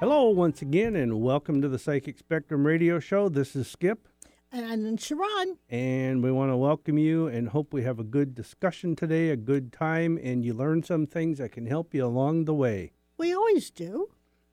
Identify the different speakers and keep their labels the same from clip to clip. Speaker 1: Hello, once again, and welcome to the Psychic Spectrum Radio Show. This is Skip,
Speaker 2: And then Sharon,
Speaker 1: and we want to welcome you and hope we have a good discussion today, a good time, and you learn some things that can help you along the way.
Speaker 2: we always do.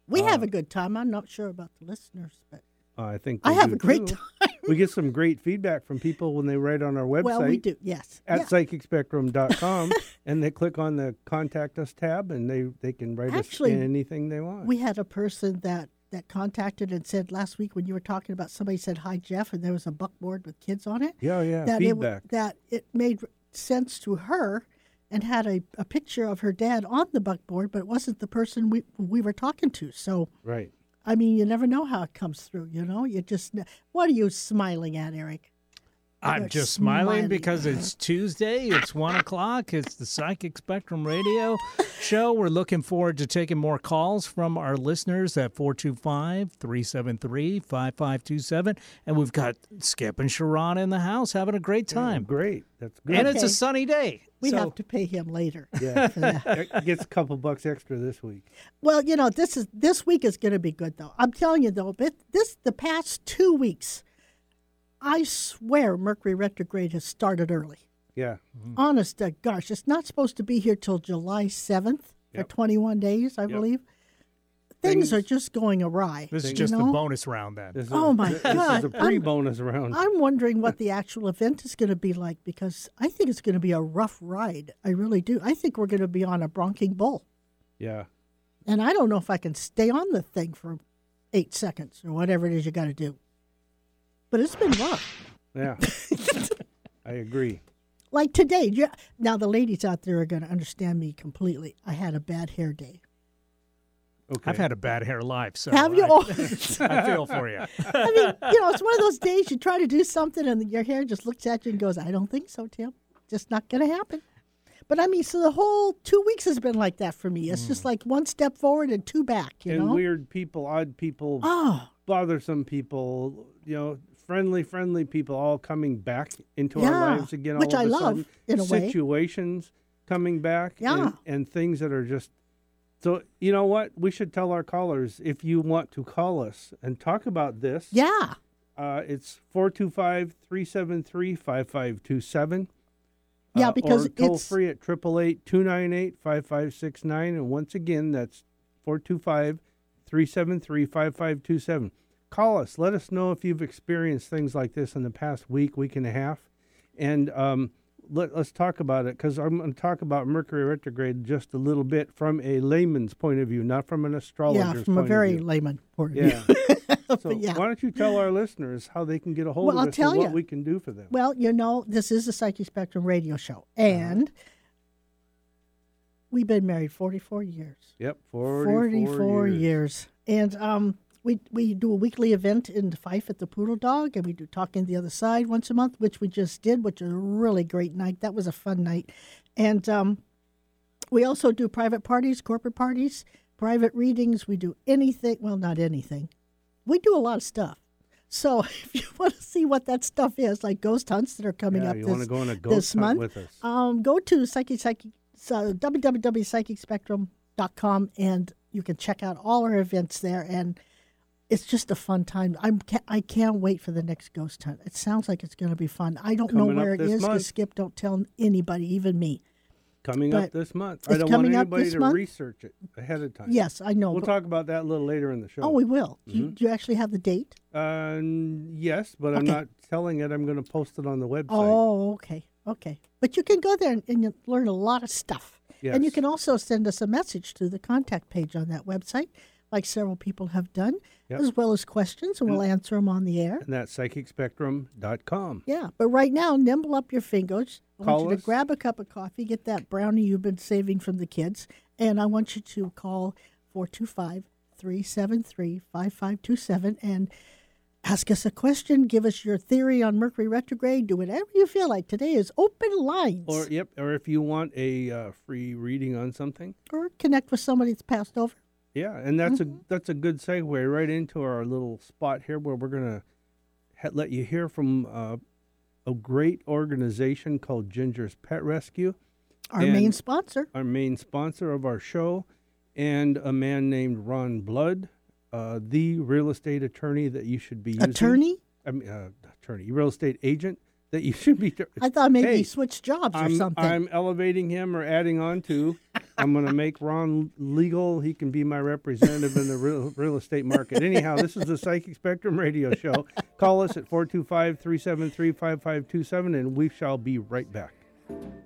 Speaker 2: We have a good time. I'm not sure about the listeners, but
Speaker 1: Uh, I think
Speaker 2: I
Speaker 1: they
Speaker 2: have
Speaker 1: do
Speaker 2: a great
Speaker 1: too.
Speaker 2: time.
Speaker 1: We get some great feedback from people when they write on our website
Speaker 2: well, we do. Yes.
Speaker 1: at
Speaker 2: Yeah.
Speaker 1: psychicspectrum.com, and they click on the Contact Us tab, and they, they can write
Speaker 2: Actually,
Speaker 1: us anything they want.
Speaker 2: We had a person that that contacted and said last week when you were talking about somebody said hi Jeff and there was a buckboard with kids on it
Speaker 1: yeah, yeah,
Speaker 2: that it
Speaker 1: feedback.
Speaker 2: w- that it made sense to her and had a, a picture of her dad on the buckboard but it wasn't the person we we were talking to so
Speaker 1: right.
Speaker 2: I mean you never know how it comes through you know you just ne- what are you smiling at Eric
Speaker 3: I'm
Speaker 2: They're
Speaker 3: just smiling,
Speaker 2: smiling.
Speaker 3: because it's Tuesday. It's one o'clock. It's the Psychic Spectrum Radio Show. We're looking forward to taking more calls from our listeners at 425 373 5527. And we've got Skip and Sharon in the house having a great time.
Speaker 1: Great. That's good.
Speaker 3: And it's a
Speaker 2: Okay.
Speaker 3: sunny day.
Speaker 2: we
Speaker 3: So-
Speaker 2: have to pay him later
Speaker 1: yeah.
Speaker 2: for that.
Speaker 1: It gets a couple bucks extra this week.
Speaker 2: Well, you know, this is this week is going to be good though. I'm telling you though, but this the past 2 weeks I swear Mercury retrograde has started early.
Speaker 1: Yeah.
Speaker 2: Honest to gosh, it's not supposed to be here till July 7th for
Speaker 1: Yep.
Speaker 2: 21 days, I believe. Things,
Speaker 1: Things-
Speaker 2: are just going awry.
Speaker 3: This is
Speaker 2: you
Speaker 3: just the
Speaker 2: know?
Speaker 3: bonus round then.
Speaker 1: This is-
Speaker 2: Oh, my
Speaker 1: this
Speaker 2: God.
Speaker 1: is a
Speaker 2: I'm-
Speaker 1: pre-bonus round.
Speaker 2: I'm wondering what the actual event is going to be like because I think it's going to be a rough ride. I really do. I think we're going to be on a bronking bull.
Speaker 1: yeah,
Speaker 2: And I don't know if I can stay on the thing for eight seconds or whatever it is you got to do. But it's been rough.
Speaker 1: yeah. I agree.
Speaker 2: Like today, you- now the ladies out there are going to understand me completely. I had a bad hair day.
Speaker 1: Okay.
Speaker 3: I've had a bad hair life. So
Speaker 2: Have you?
Speaker 3: I,
Speaker 2: all?
Speaker 3: I feel for you.
Speaker 2: I mean, you know, it's one of those days you try to do something and your hair just looks at you and goes, I don't think so, Tim. Just not going to happen. But I mean, so the whole two weeks has been like that for me. It's just like one step forward and two back, you
Speaker 1: Hmm. and
Speaker 2: know?
Speaker 1: weird people, odd people,
Speaker 2: oh,
Speaker 1: bothersome people, you know, friendly, friendly people, all coming back into our
Speaker 2: Yeah,
Speaker 1: lives again.
Speaker 2: which
Speaker 1: all of
Speaker 2: I
Speaker 1: a
Speaker 2: love,
Speaker 1: sudden.
Speaker 2: in a way.
Speaker 1: Situations coming back.
Speaker 2: Yeah.
Speaker 1: And, and things that are just. So you know what? We should tell our callers if you want to call us and talk about this.
Speaker 2: yeah.
Speaker 1: Uh, it's 425-373-5527.
Speaker 2: Yeah,
Speaker 1: uh,
Speaker 2: because
Speaker 1: or toll
Speaker 2: it's-
Speaker 1: free at 888-298-5569 and once again that's 425-373-5527. Call us. Let us know if you've experienced things like this in the past week, week and a half. And um, let, us talk about it because I'm going to talk about Mercury retrograde just a little bit from a layman's point of view, not from an astrologer's
Speaker 2: Yeah, from a
Speaker 1: point of
Speaker 2: very
Speaker 1: view.
Speaker 2: layman point of view.
Speaker 1: Yeah. so
Speaker 2: yeah.
Speaker 1: why don't you tell our listeners how they can get a hold
Speaker 2: Well,
Speaker 1: of
Speaker 2: I'll
Speaker 1: us
Speaker 2: tell
Speaker 1: and what
Speaker 2: ya.
Speaker 1: we can do for them?
Speaker 2: Well, you know, this is a Psychic Spectrum radio show, and we've been married 44 years.
Speaker 1: yep, 44,
Speaker 2: years. And um, we, we do a weekly event in the Fife at the Poodle Dog, and we do Talking the Other Side once a month, which we just did, which is a really great night. That was a fun night. And um, we also do private parties, corporate parties, private readings. We do anything, well, not anything. We do a lot of stuff. So if you want to see what that stuff is, like ghost hunts that are coming
Speaker 1: Yeah,
Speaker 2: up
Speaker 1: you
Speaker 2: this,
Speaker 1: want to go on a ghost
Speaker 2: this
Speaker 1: hunt
Speaker 2: month,
Speaker 1: with us.
Speaker 2: um, go to psychic psychic so www.psychicspectrum.com and you can check out all our events there and it's just a fun time. I'm ca- I can't wait for the next ghost hunt. It sounds like it's going to be fun. I don't
Speaker 1: Coming
Speaker 2: know
Speaker 1: up
Speaker 2: where it
Speaker 1: this
Speaker 2: is. 'cause
Speaker 1: month.
Speaker 2: Skip, don't tell anybody, even me.
Speaker 1: coming up
Speaker 2: but
Speaker 1: this month. I
Speaker 2: it's
Speaker 1: don't want
Speaker 2: coming up
Speaker 1: anybody
Speaker 2: this
Speaker 1: to
Speaker 2: month?
Speaker 1: research it ahead of time.
Speaker 2: Yes, I know.
Speaker 1: We'll
Speaker 2: but-
Speaker 1: talk Mm-hmm. about that a little later in the show.
Speaker 2: oh, we will. Do You, do you actually have the date?
Speaker 1: um, yes, but I'm
Speaker 2: Okay.
Speaker 1: not telling it. I'm going to post it on the website.
Speaker 2: Oh, okay, okay. But you can go there and, and you learn a lot of stuff. And you
Speaker 1: Yes.
Speaker 2: can also send us a message through the contact page on that website, like several people have done,
Speaker 1: Yep.
Speaker 2: as well as questions, and we'll answer them on the air.
Speaker 1: And that's psychicspectrum.com.
Speaker 2: Yeah, but right now, nimble up your fingers. I want
Speaker 1: Call
Speaker 2: you to
Speaker 1: us.
Speaker 2: grab a cup of coffee, get that brownie you've been saving from the kids, and I want you to call 425 373 5527 and ask us a question, give us your theory on Mercury retrograde, do whatever you feel like. Today is open lines.
Speaker 1: Or yep, or if you want a uh, free reading on something,
Speaker 2: Or connect with somebody that's passed over.
Speaker 1: yeah, and that's
Speaker 2: Mm-hmm.
Speaker 1: a that's a good segue right into our little spot here where we're gonna ha- let you hear from uh, a great organization called Ginger's Pet Rescue,
Speaker 2: Our
Speaker 1: And-
Speaker 2: main sponsor.
Speaker 1: our main sponsor of our show, and a man named Ron Blood, uh, the real estate attorney that you should be using.
Speaker 2: Attorney?
Speaker 1: I mean, uh, attorney, real estate agent that you should be.
Speaker 2: I thought maybe
Speaker 1: Hey,
Speaker 2: he switched jobs
Speaker 1: I'm,
Speaker 2: or something.
Speaker 1: I'm elevating him or adding on to. I'm going to make Ron legal. He can be my representative in the real, real estate market. Anyhow, this is the Psychic Spectrum Radio Show. Call us at 425 373 5527, and we shall be right back.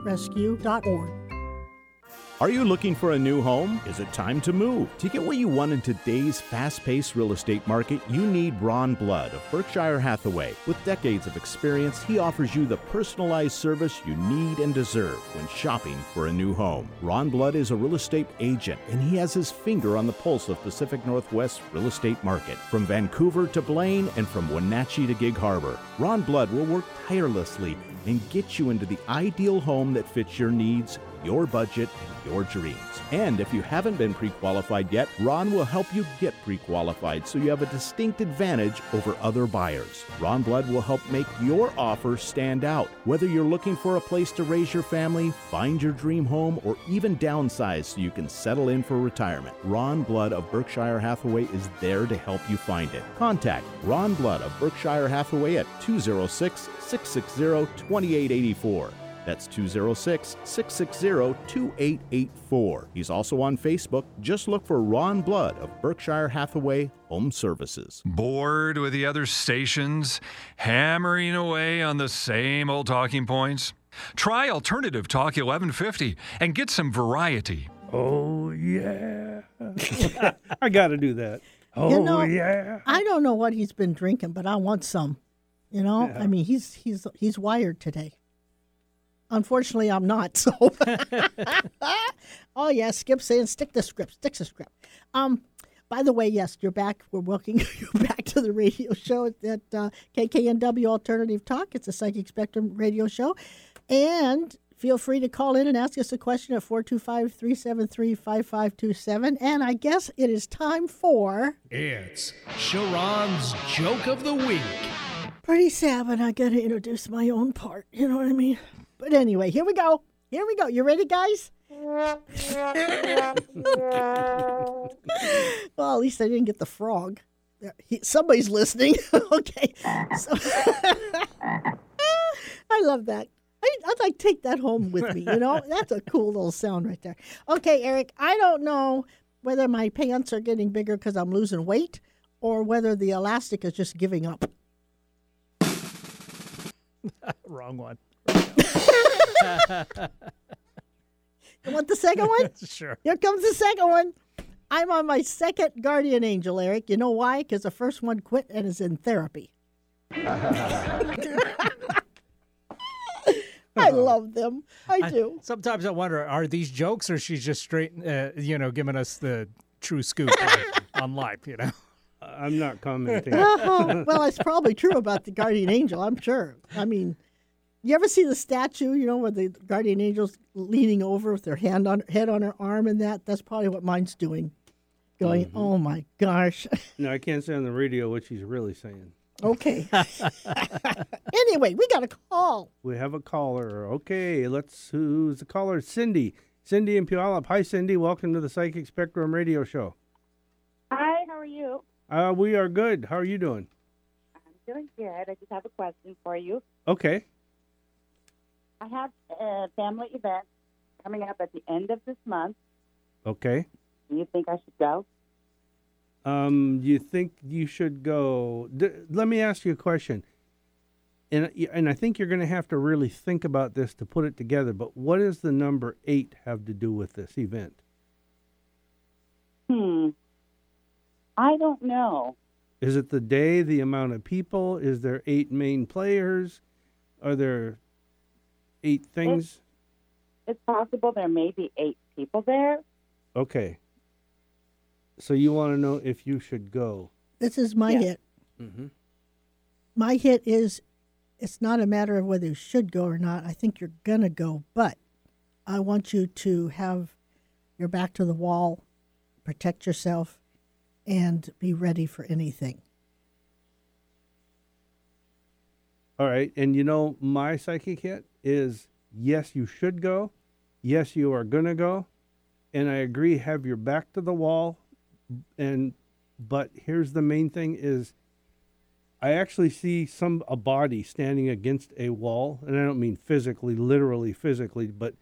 Speaker 2: gingerspetrescue.org.
Speaker 4: Are you looking for a new home? Is it time to move? To get what you want in today's fast paced real estate market, you need Ron Blood of Berkshire Hathaway. With decades of experience, he offers you the personalized service you need and deserve when shopping for a new home. Ron Blood is a real estate agent, and he has his finger on the pulse of Pacific Northwest's real estate market. From Vancouver to Blaine and from Wenatchee to Gig Harbor, Ron Blood will work tirelessly and get you into the ideal home that fits your needs your budget, and your dreams. And if you haven't been pre qualified yet, Ron will help you get pre qualified so you have a distinct advantage over other buyers. Ron Blood will help make your offer stand out. Whether you're looking for a place to raise your family, find your dream home, or even downsize so you can settle in for retirement, Ron Blood of Berkshire Hathaway is there to help you find it. Contact Ron Blood of Berkshire Hathaway at 206 660 2884. That's 206 660 2884. He's also on Facebook. Just look for Ron Blood of Berkshire Hathaway Home Services.
Speaker 5: Bored with the other stations hammering away on the same old talking points? Try Alternative Talk 1150 and get some variety.
Speaker 1: Oh, yeah. I got to do that. Oh,
Speaker 2: You know-
Speaker 1: yeah.
Speaker 2: I don't know what he's been drinking, but I want some. You know, I mean, he's he's he's wired today. Unfortunately, I'm not. So, oh yeah, Skip saying stick the script, stick the script. Um, by the way, yes, you're back. We're welcoming you back to the radio show at at, uh, KKNW Alternative Talk. It's a Psychic Spectrum radio show, and feel free to call in and ask us a question at 425-373-5527. And I guess it is time for.
Speaker 3: It's Sharon's Joke of the Week.
Speaker 2: pretty sad, but I gotta introduce my own part. You know what I mean? But anyway, here we go. Here we go. You ready, guys? well, at least I didn't get the frog. There- he- somebody's listening. okay. So, I love that. I, I'd like to take that home with me. You know, that's a cool little sound right there. Okay, Eric. I don't know whether my pants are getting bigger because I'm losing weight, or whether the elastic is just giving up.
Speaker 3: Wrong one.
Speaker 2: You want the second one?
Speaker 3: Sure.
Speaker 2: Here comes the second one. I'm on my second guardian angel, Eric. You know why? Because the first one quit and is in therapy. I love them. I do.
Speaker 3: Sometimes I wonder, are these jokes or she's just straight, uh, you know, giving us the true scoop on life, you know?
Speaker 1: I'm not commenting.
Speaker 2: Oh, well, it's probably true about the guardian angel, I'm sure. I mean, you ever see the statue, you know, where the guardian angel's leaning over with their hand on head on her arm and that? That's probably what mine's doing. Going, oh my gosh.
Speaker 1: no, I can't say on the radio what she's really saying.
Speaker 2: Okay. anyway, we got a call.
Speaker 1: We have a caller. Okay, let's. Who's the caller? Cindy. Cindy in Puyallup. Hi, Cindy. Welcome to the Psychic Spectrum Radio Show.
Speaker 6: Hi, how are you?
Speaker 1: Uh, we are good. How are you doing?
Speaker 6: I'm doing good. I just have a question for you.
Speaker 1: Okay.
Speaker 6: I have a family event coming up at the end of this month.
Speaker 1: Okay.
Speaker 6: Do you think I should go?
Speaker 1: Um, do you think you should go? D- let me ask you a question. And and I think you're going to have to really think about this to put it together. But what does the number eight have to do with this event?
Speaker 6: Hmm. I don't know.
Speaker 1: Is it the day, the amount of people? Is there eight main players? Are there eight things?
Speaker 6: It's possible there may be eight people there.
Speaker 1: Okay. So you want to know if you should go?
Speaker 2: This is my
Speaker 6: Yeah.
Speaker 2: hit.
Speaker 1: Mm-hmm.
Speaker 2: My hit is it's not a matter of whether you should go or not. I think you're going to go, but I want you to have your back to the wall, protect yourself, and be ready for anything.
Speaker 1: All right. And you know, my psychic hit is yes, you should go. Yes, you are going to go. And I agree, have your back to the wall. And, but here's the main thing is I actually see some, a body standing against a wall. And I don't mean physically, literally physically, but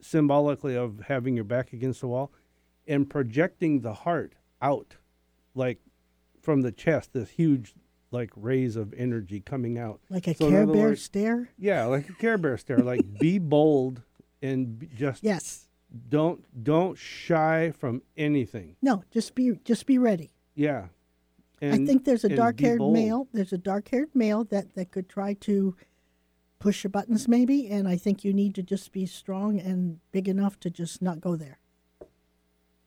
Speaker 1: symbolically of having your back against the wall and projecting the heart out like from the chest, this huge, like rays of energy coming out.
Speaker 2: Like a
Speaker 1: So in
Speaker 2: Care
Speaker 1: other
Speaker 2: Bear
Speaker 1: words-
Speaker 2: stare?
Speaker 1: Yeah, like a Care Bear stare. Like be bold and be, just
Speaker 2: Yes.
Speaker 1: don't don't shy from anything.
Speaker 2: No, just be just be ready.
Speaker 1: Yeah.
Speaker 2: I think there's a
Speaker 1: and
Speaker 2: dark
Speaker 1: be
Speaker 2: haired
Speaker 1: bold.
Speaker 2: male. There's a dark haired male that, that could try to push your buttons, maybe. And I think you need to just be strong and big enough to just not go there.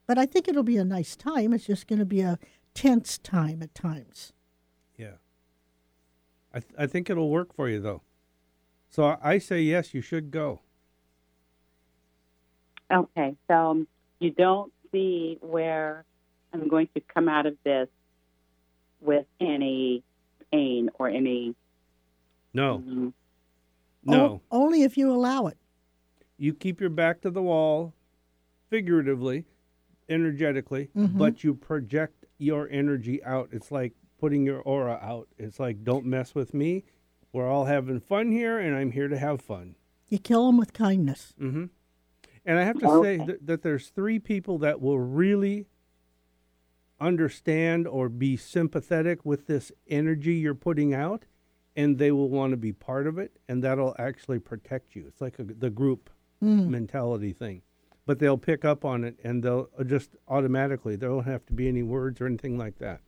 Speaker 2: But I think it'll be a nice time. It's just going to be a tense time at times.
Speaker 1: Yeah. I th- I think it'll work for you though. So I, I say yes, you should go.
Speaker 6: Okay, so you don't see where I'm going to come out of this with any pain or any.
Speaker 1: No,
Speaker 6: Mhm.
Speaker 2: O-
Speaker 1: no.
Speaker 2: only if you allow it.
Speaker 1: You keep your back to the wall, figuratively, energetically,
Speaker 2: Mhm.
Speaker 1: but you project your energy out. It's like putting your aura out. It's like don't mess with me. We're all having fun here, and I'm here to have fun.
Speaker 2: You kill them with kindness.
Speaker 1: Mm-hmm. And I have to say
Speaker 6: Okay.
Speaker 1: th- that there's three people that will really understand or be sympathetic with this energy you're putting out, and they will want to be part of it, and that'll actually protect you. It's like a, the group mentality thing. But they'll pick up on it, and they'll uh, just automatically. There won't have to be any words or anything like that.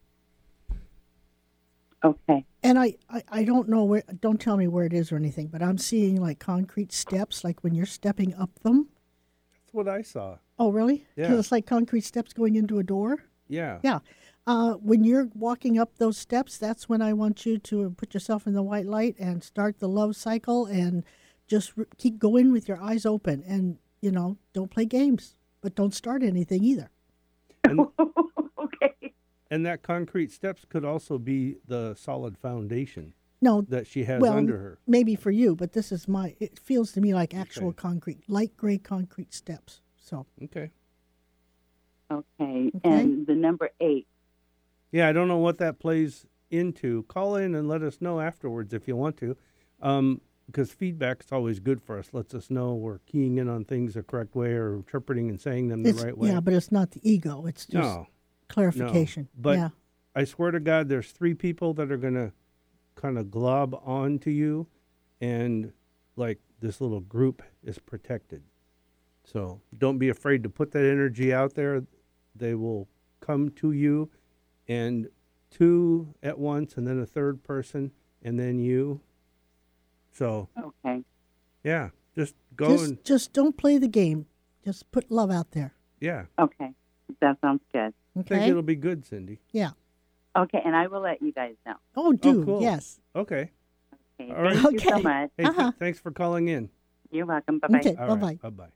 Speaker 6: Okay.
Speaker 2: And I, I, I don't know where, don't tell me where it is or anything, but I'm seeing like concrete steps, like when you're stepping up them.
Speaker 1: That's what I saw.
Speaker 2: Oh, really?
Speaker 1: Yeah.
Speaker 2: So it's like concrete steps going into a door?
Speaker 1: Yeah.
Speaker 2: Yeah. Uh, when you're walking up those steps, that's when I want you to put yourself in the white light and start the love cycle and just r keep going with your eyes open and, you know, don't play games, but don't start anything either.
Speaker 1: And,
Speaker 6: okay.
Speaker 1: and that concrete steps could also be the solid foundation
Speaker 2: No,
Speaker 1: that she has
Speaker 2: well,
Speaker 1: under her.
Speaker 2: maybe for you, but this is my, it feels to me like actual
Speaker 1: Okay.
Speaker 2: concrete, light gray concrete steps. So,
Speaker 1: Okay.
Speaker 6: Okay.
Speaker 2: Okay.
Speaker 6: And the number eight.
Speaker 1: Yeah, I don't know what that plays into. Call in and let us know afterwards if you want to, um, because feedback is always good for us. Lets us know we're keying in on things the correct way or interpreting and saying them the
Speaker 2: it's,
Speaker 1: right way.
Speaker 2: yeah, but it's not the ego. It's just
Speaker 1: no,
Speaker 2: clarification.
Speaker 1: no. But
Speaker 2: yeah.
Speaker 1: I swear to God, there's three people that are gonna kind of glob onto you, and like this little group is protected. So don't be afraid to put that energy out there. They will come to you, and two at once, and then a third person, and then you. So
Speaker 6: Okay.
Speaker 1: yeah, just go and
Speaker 2: Just, just don't play the game. Just put love out there.
Speaker 1: yeah.
Speaker 6: Okay. That sounds good.
Speaker 1: I think
Speaker 2: Okay.
Speaker 1: it'll be good, Cindy.
Speaker 2: Yeah.
Speaker 6: Okay, and I will let you guys know.
Speaker 2: Oh, do
Speaker 1: cool.
Speaker 2: yes.
Speaker 1: Okay.
Speaker 6: Okay.
Speaker 1: All right.
Speaker 6: Thank you so
Speaker 2: Okay.
Speaker 6: much.
Speaker 1: Hey, th-
Speaker 2: Uh-huh.
Speaker 1: thanks for calling in.
Speaker 6: You're welcome. Bye bye.
Speaker 2: Okay.
Speaker 1: All right,
Speaker 2: Bye-bye.
Speaker 1: Bye-bye.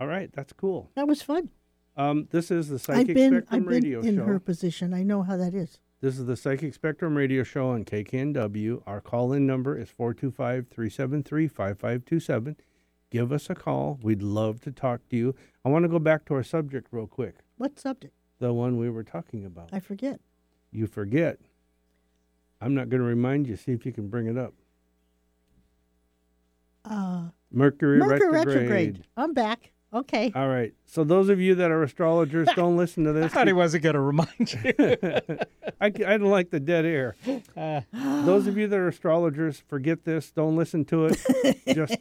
Speaker 1: All right, that's cool.
Speaker 2: That was fun.
Speaker 1: Um, this is the
Speaker 2: I've
Speaker 1: Psychic
Speaker 2: been
Speaker 1: Spectrum
Speaker 2: I've been
Speaker 1: Radio
Speaker 2: in
Speaker 1: Show.
Speaker 2: her position. I know how that is.
Speaker 1: This is the Psychic Spectrum Radio Show on KKNW. Our call in number is 425 373 5527. Give us a call. We'd love to talk to you. I want to go back to our subject real quick
Speaker 2: What subject?
Speaker 1: the one we were talking about.
Speaker 2: I forget.
Speaker 1: You forget. I'm not going to remind you. See if you can bring it up.
Speaker 2: Uh,
Speaker 1: Mercury,
Speaker 2: Mercury
Speaker 1: retrograde.
Speaker 2: retrograde. Uh, I'm back. Okay.
Speaker 1: All right. So those of you that are astrologers, don't listen to
Speaker 3: I
Speaker 1: this.
Speaker 3: thought he wasn't going to remind you.
Speaker 1: I, c- I don't like the dead air.
Speaker 2: Uh.
Speaker 1: Those of you that are astrologers, forget this. Don't listen to it. Just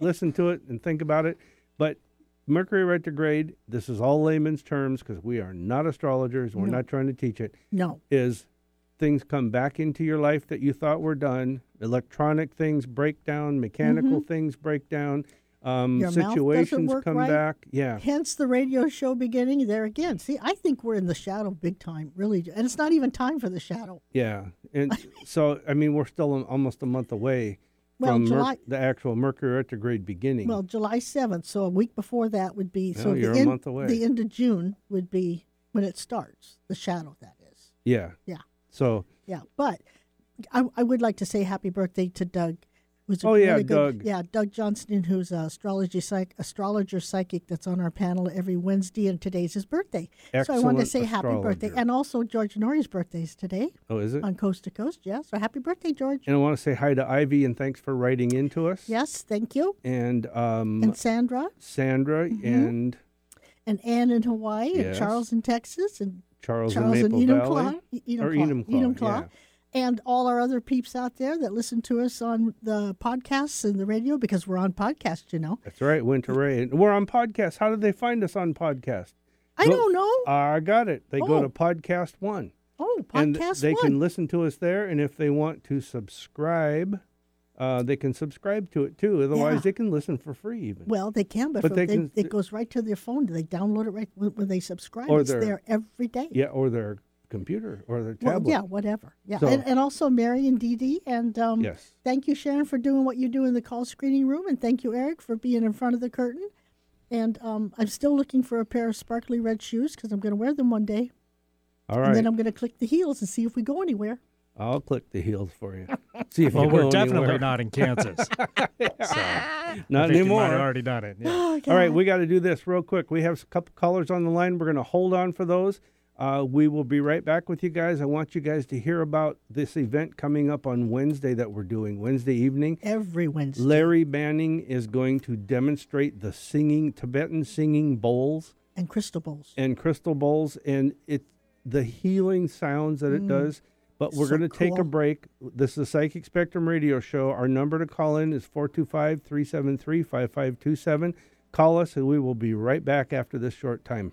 Speaker 1: listen to it and think about it. But Mercury retrograde, this is all layman's terms because we are not astrologers. We're not trying to teach it.
Speaker 2: No.
Speaker 1: Is things come back into your life that you thought were done. Electronic things break down, mechanical things break down, um,
Speaker 2: Mm-hmm. Your mouth doesn't
Speaker 1: situations
Speaker 2: work
Speaker 1: come
Speaker 2: right.
Speaker 1: back. Yeah.
Speaker 2: Hence the radio show beginning there again. See, I think we're in the shadow big time, really. And it's not even time for the shadow.
Speaker 1: Yeah, and so I mean, we're still almost a month away
Speaker 2: Well,
Speaker 1: from Merc-
Speaker 2: July-
Speaker 1: the actual Mercury retrograde beginning.
Speaker 2: Well, July 7th, so a week before that would be so
Speaker 1: Well,
Speaker 2: the
Speaker 1: you're a
Speaker 2: end,
Speaker 1: month away.
Speaker 2: the end of June would be when it starts, the shadow that is.
Speaker 1: yeah,
Speaker 2: Yeah.
Speaker 1: So,
Speaker 2: Yeah, but I, I would like to say happy birthday to Doug. Who's a
Speaker 1: Oh, yeah,
Speaker 2: really good,
Speaker 1: Doug.
Speaker 2: Yeah, Doug Johnston, who's an astrology psych, astrologer psychic that's on our panel every Wednesday, and today's his birthday. so I want to
Speaker 1: Excellent
Speaker 2: say happy birthday.
Speaker 1: astrologer.
Speaker 2: And also George Norrie's birthday is today
Speaker 1: oh, is it?
Speaker 2: on Coast to Coast. Yeah, so happy birthday, George.
Speaker 1: And I want to say hi to Ivy and thanks for writing into us.
Speaker 2: Yes, thank you.
Speaker 1: And um,
Speaker 2: And Mm-hmm. Sandra,
Speaker 1: Sandra and
Speaker 2: and Anne in Hawaii, and
Speaker 1: Yes.
Speaker 2: Charles in Texas, and
Speaker 1: Charles,
Speaker 2: Charles
Speaker 1: in
Speaker 2: and
Speaker 1: Maple
Speaker 2: Enumclaw,
Speaker 1: Valley.
Speaker 2: E- Enumclaw,
Speaker 1: Or Enumclaw, yeah.
Speaker 2: and all our other peeps out there that listen to us on the podcasts and the radio because we're on podcasts, you know.
Speaker 1: That's right, Winter Ray. And we're on podcast. How did they find us on podcast?
Speaker 2: I
Speaker 1: Go-
Speaker 2: don't know.
Speaker 1: I got it. They go
Speaker 2: Oh.
Speaker 1: to podcast one.
Speaker 2: oh,
Speaker 1: and
Speaker 2: podcast
Speaker 1: they
Speaker 2: one.
Speaker 1: can listen to us there and if they want to subscribe uh, they can subscribe to it too otherwise
Speaker 2: Yeah.
Speaker 1: they can listen for free even
Speaker 2: well, they can, but,
Speaker 1: but
Speaker 2: for-
Speaker 1: they
Speaker 2: they
Speaker 1: can-
Speaker 2: it goes right to their phone. They download it right when, when they subscribe.
Speaker 1: Or
Speaker 2: it's
Speaker 1: their-
Speaker 2: there every day.
Speaker 1: yeah or their computer or their
Speaker 2: Well,
Speaker 1: tablet
Speaker 2: yeah, whatever. Yeah,
Speaker 1: So-
Speaker 2: and, and also Mary and Dee Dee. And um,
Speaker 1: Yes.
Speaker 2: thank you, Sharon, for doing what you do in the call screening room. And thank you, Eric, for being in front of the curtain. And um, I'm still looking for a pair of sparkly red shoes because I'm going to wear them one day.
Speaker 1: all
Speaker 2: And
Speaker 1: right
Speaker 2: then I'm going to click the heels and see if we go anywhere.
Speaker 1: i'll click the heels for you see if
Speaker 3: well,
Speaker 1: you
Speaker 3: we're
Speaker 1: go
Speaker 3: definitely
Speaker 1: anywhere.
Speaker 3: not in Kansas.
Speaker 1: not
Speaker 3: I think You might have
Speaker 1: anymore
Speaker 3: already done it. yeah.
Speaker 2: Oh,
Speaker 1: all right
Speaker 2: God.
Speaker 1: we got to do this real quick we have a couple callers on the line we're going to hold on for those uh, we will be right back with you guys. I want you guys to hear about this event coming up on Wednesday that we're doing Wednesday evening.
Speaker 2: Every Wednesday.
Speaker 1: Larry Banning is going to demonstrate the singing Tibetan singing bowls
Speaker 2: and crystal bowls.
Speaker 1: and crystal bowls and it the healing sounds that it does. But we're
Speaker 2: Mm. So
Speaker 1: going to take a
Speaker 2: cool.
Speaker 1: break. This is the Psychic Spectrum Radio Show. Our number to call in is 425 373 5527. Call us and we will be right back after this short time.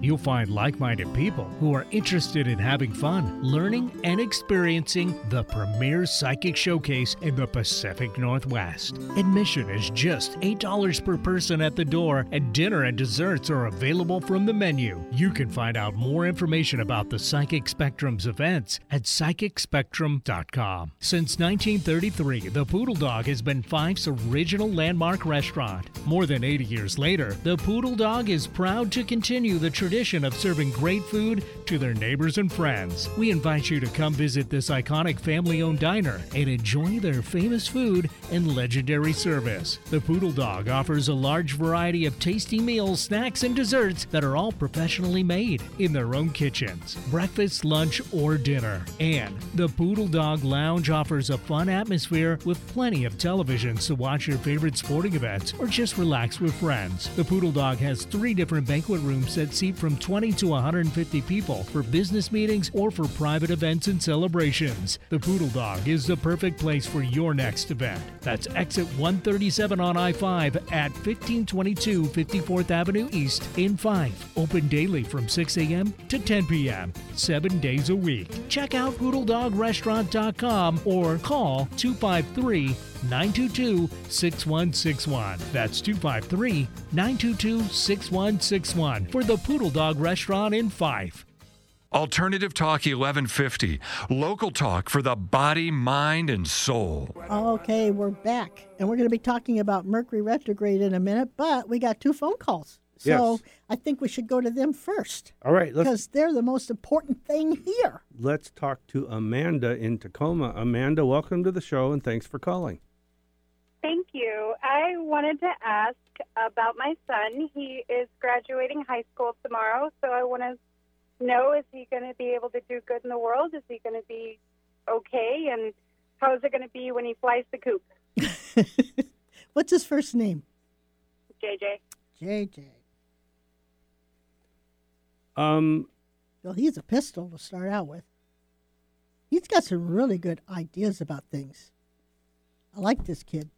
Speaker 3: You'll find like minded people who are interested in having fun, learning, and experiencing the premier psychic showcase in the Pacific Northwest. Admission is just $8 per person at the door, and dinner and desserts are available from the menu. You can find out more information about the Psychic Spectrum's events at psychicspectrum.com. Since 1933, the Poodle Dog has been Fife's original landmark restaurant. More than 80 years later, the Poodle Dog is proud to continue the tradition of serving great food to their neighbors and friends. We invite you to come visit this iconic family owned diner and enjoy their famous food and legendary service. The Poodle Dog offers a large variety of tasty meals, snacks, and desserts that are all professionally made in their own kitchens breakfast, lunch, or dinner. And the Poodle Dog Lounge offers a fun atmosphere with plenty of televisions to watch your favorite sporting events or just relax with friends. The Poodle Dog has three different banquet rooms that seat from 20 to 150 people for business meetings or for private events and celebrations. The Poodle Dog is the perfect place for your next event. That's exit 137 on I 5 at 1522 54th Avenue East in 5. Open daily from 6 a.m. to 10 p.m., seven days a week. Check out PoodleDogRestaurant.com or call 253 922 6161. That's 253 922 6161 for the Poodle Dog Restaurant in Fife.
Speaker 5: Alternative Talk 1150, local talk for the body, mind, and soul.
Speaker 2: Okay, we're back, and we're going to be talking about Mercury retrograde in a minute, but we got two phone calls. So
Speaker 1: Yes.
Speaker 2: I think we should go to them first
Speaker 1: All right, let's
Speaker 2: because they're the most important thing here.
Speaker 1: let's talk to Amanda in Tacoma. Amanda, welcome to the show and thanks for calling.
Speaker 7: Thank you. I wanted to ask about my son. He is graduating high school tomorrow, so I want to know is he going to be able to do good in the world? Is he going to be okay? And how is it going to be when he flies the coop?
Speaker 2: What's his first name?
Speaker 7: JJ.
Speaker 2: JJ.
Speaker 1: Um,
Speaker 2: Well, he's a pistol to start out with. He's got some really good ideas about things. I like this kid.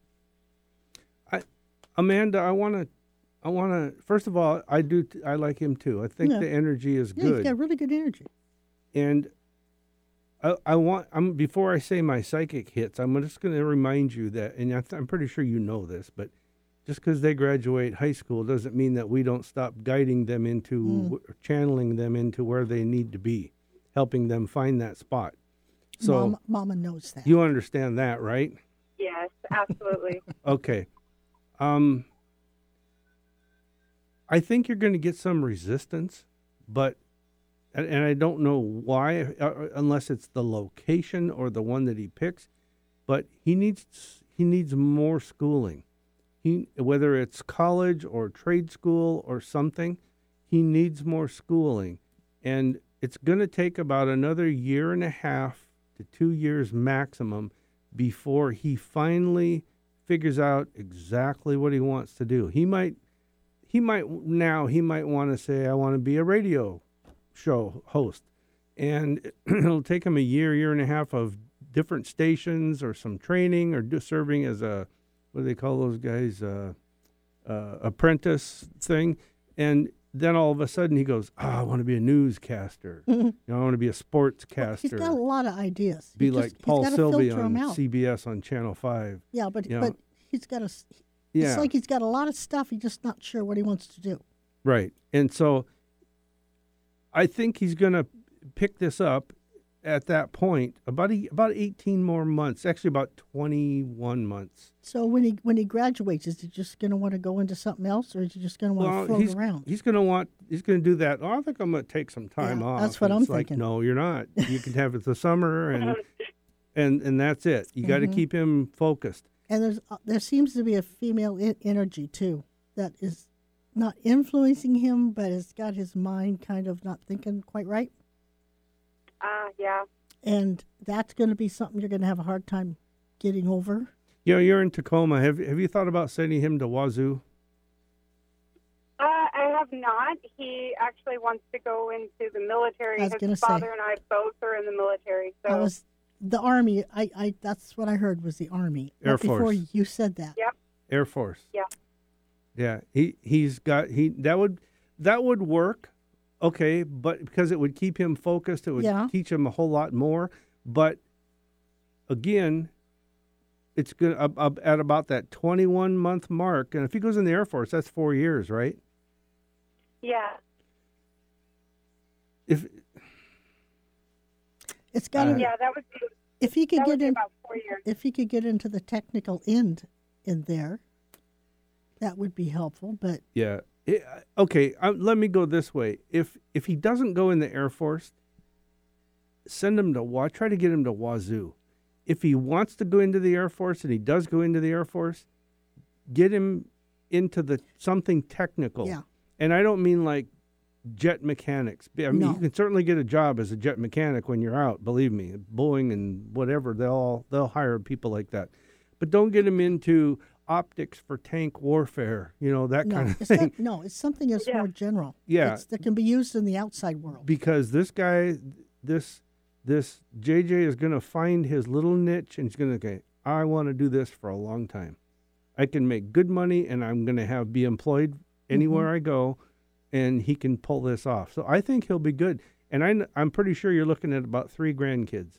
Speaker 1: I, Amanda, I want to, I want to. First of all, I do. T- I like him too. I think
Speaker 2: Yeah.
Speaker 1: the energy is
Speaker 2: Yeah,
Speaker 1: good,
Speaker 2: he's got really good energy.
Speaker 1: and I, I want. I'm before I say my psychic hits. I'm just going to remind you that, and I th- I'm pretty sure you know this, but just because they graduate high school doesn't mean that we don't stop guiding them into wh- channeling them into where they need to be, helping them find that spot. So
Speaker 2: Mama, Mama knows that.
Speaker 1: you understand that, right?
Speaker 7: Yes, absolutely.
Speaker 1: Okay. Um, I think you're going to get some resistance, but, and, and I don't know why, uh, unless it's the location or the one that he picks. But he needs he needs more schooling. He whether it's college or trade school or something, he needs more schooling, and it's going to take about another year and a half to two years maximum before he finally figures out exactly what he wants to do. He might he might now he might want to say I want to be a radio show host. And it'll take him a year, year and a half of different stations or some training or just serving as a what do they call those guys uh, uh, apprentice thing and then all of a sudden he goes, oh, I want to be a newscaster. you know, I want to be a sportscaster
Speaker 2: He's got a lot of ideas. He
Speaker 1: be
Speaker 2: just-
Speaker 1: like
Speaker 2: he's
Speaker 1: Paul
Speaker 2: gotta
Speaker 1: Sylvie
Speaker 2: filter 'em
Speaker 1: on
Speaker 2: out.
Speaker 1: CBS on Channel Five.
Speaker 2: Yeah, but
Speaker 1: you know.
Speaker 2: but he's got a. s-
Speaker 1: Yeah,
Speaker 2: It's like he's got a lot of stuff. He's just not sure what he wants to do.
Speaker 1: right. And so, I think he's gonna pick this up at that point about a, about eighteen more months, actually about twenty one months.
Speaker 2: So when he when he graduates, is he just going to want to go into something else, or is he just going to want to float
Speaker 1: he's
Speaker 2: around?
Speaker 1: he's gonna want he's gonna do that. Oh, I think I'm gonna take some time
Speaker 2: Yeah,
Speaker 1: off.
Speaker 2: that's what
Speaker 1: And
Speaker 2: I'm
Speaker 1: it's like,
Speaker 2: thinking.
Speaker 1: no, you're not. You can have it the summer
Speaker 7: Um,
Speaker 1: and and and that's it. You got to
Speaker 2: Mm-hmm.
Speaker 1: keep him focused.
Speaker 2: And there's uh, there seems to be a female in- energy too that is not influencing him, but it's got his mind kind of not thinking quite right.
Speaker 7: Ah, yeah.
Speaker 2: And that's going to be something you're going to have a hard time getting over.
Speaker 1: You know, you're in Tacoma. Have have you thought about sending him to Wazoo?
Speaker 7: Uh, I have not. He actually wants to go into the military.
Speaker 2: I was gonna
Speaker 7: His
Speaker 2: say.
Speaker 7: father and I both are in the military. So
Speaker 2: That was the army. I, I that's what I heard was the army.
Speaker 1: Air
Speaker 2: But Before
Speaker 1: Force.
Speaker 2: you said that,
Speaker 7: Yep.
Speaker 1: Air Force.
Speaker 7: Yeah.
Speaker 1: Yeah, he he's got he that would that would work, okay, but because it would keep him focused, it would
Speaker 2: Yeah.
Speaker 1: teach him a whole lot more. But again, it's gonna up, up at about that twenty-one month mark, and if he goes in the Air Force, that's four years, right?
Speaker 7: yeah.
Speaker 1: If
Speaker 2: it's got to.
Speaker 1: Uh,
Speaker 7: Yeah, that would be,
Speaker 2: if he could
Speaker 7: that would
Speaker 2: get
Speaker 7: be
Speaker 2: in,
Speaker 7: about four years.
Speaker 2: if he could get into the technical end in there, that would be helpful. But
Speaker 1: yeah, it, okay, I, let me go this way. If if he doesn't go in the Air Force, send him to Wa. Try to get him to Wazoo. If he wants to go into the Air Force and he does go into the Air Force, get him into the something technical.
Speaker 2: Yeah.
Speaker 1: And I don't mean like jet mechanics. I mean,
Speaker 2: No.
Speaker 1: you can certainly get a job as a jet mechanic when you're out. Believe me, Boeing and whatever they'll all, they'll hire people like that. But don't get him into optics for tank warfare. You know that
Speaker 2: no,
Speaker 1: kind of
Speaker 2: it's
Speaker 1: thing.
Speaker 2: not, no, it's something that's
Speaker 7: Yeah.
Speaker 2: more general.
Speaker 1: Yeah.
Speaker 2: It's- that can be used in the outside world.
Speaker 1: because this guy, this this JJ is going to find his little niche and he's going to go. I want to do this for a long time. I can make good money and I'm going to have be employed anywhere
Speaker 7: Mm-hmm.
Speaker 1: I go, and he can pull this off. So I think he'll be good. And I, kn- I'm pretty sure you're looking at about three grandkids.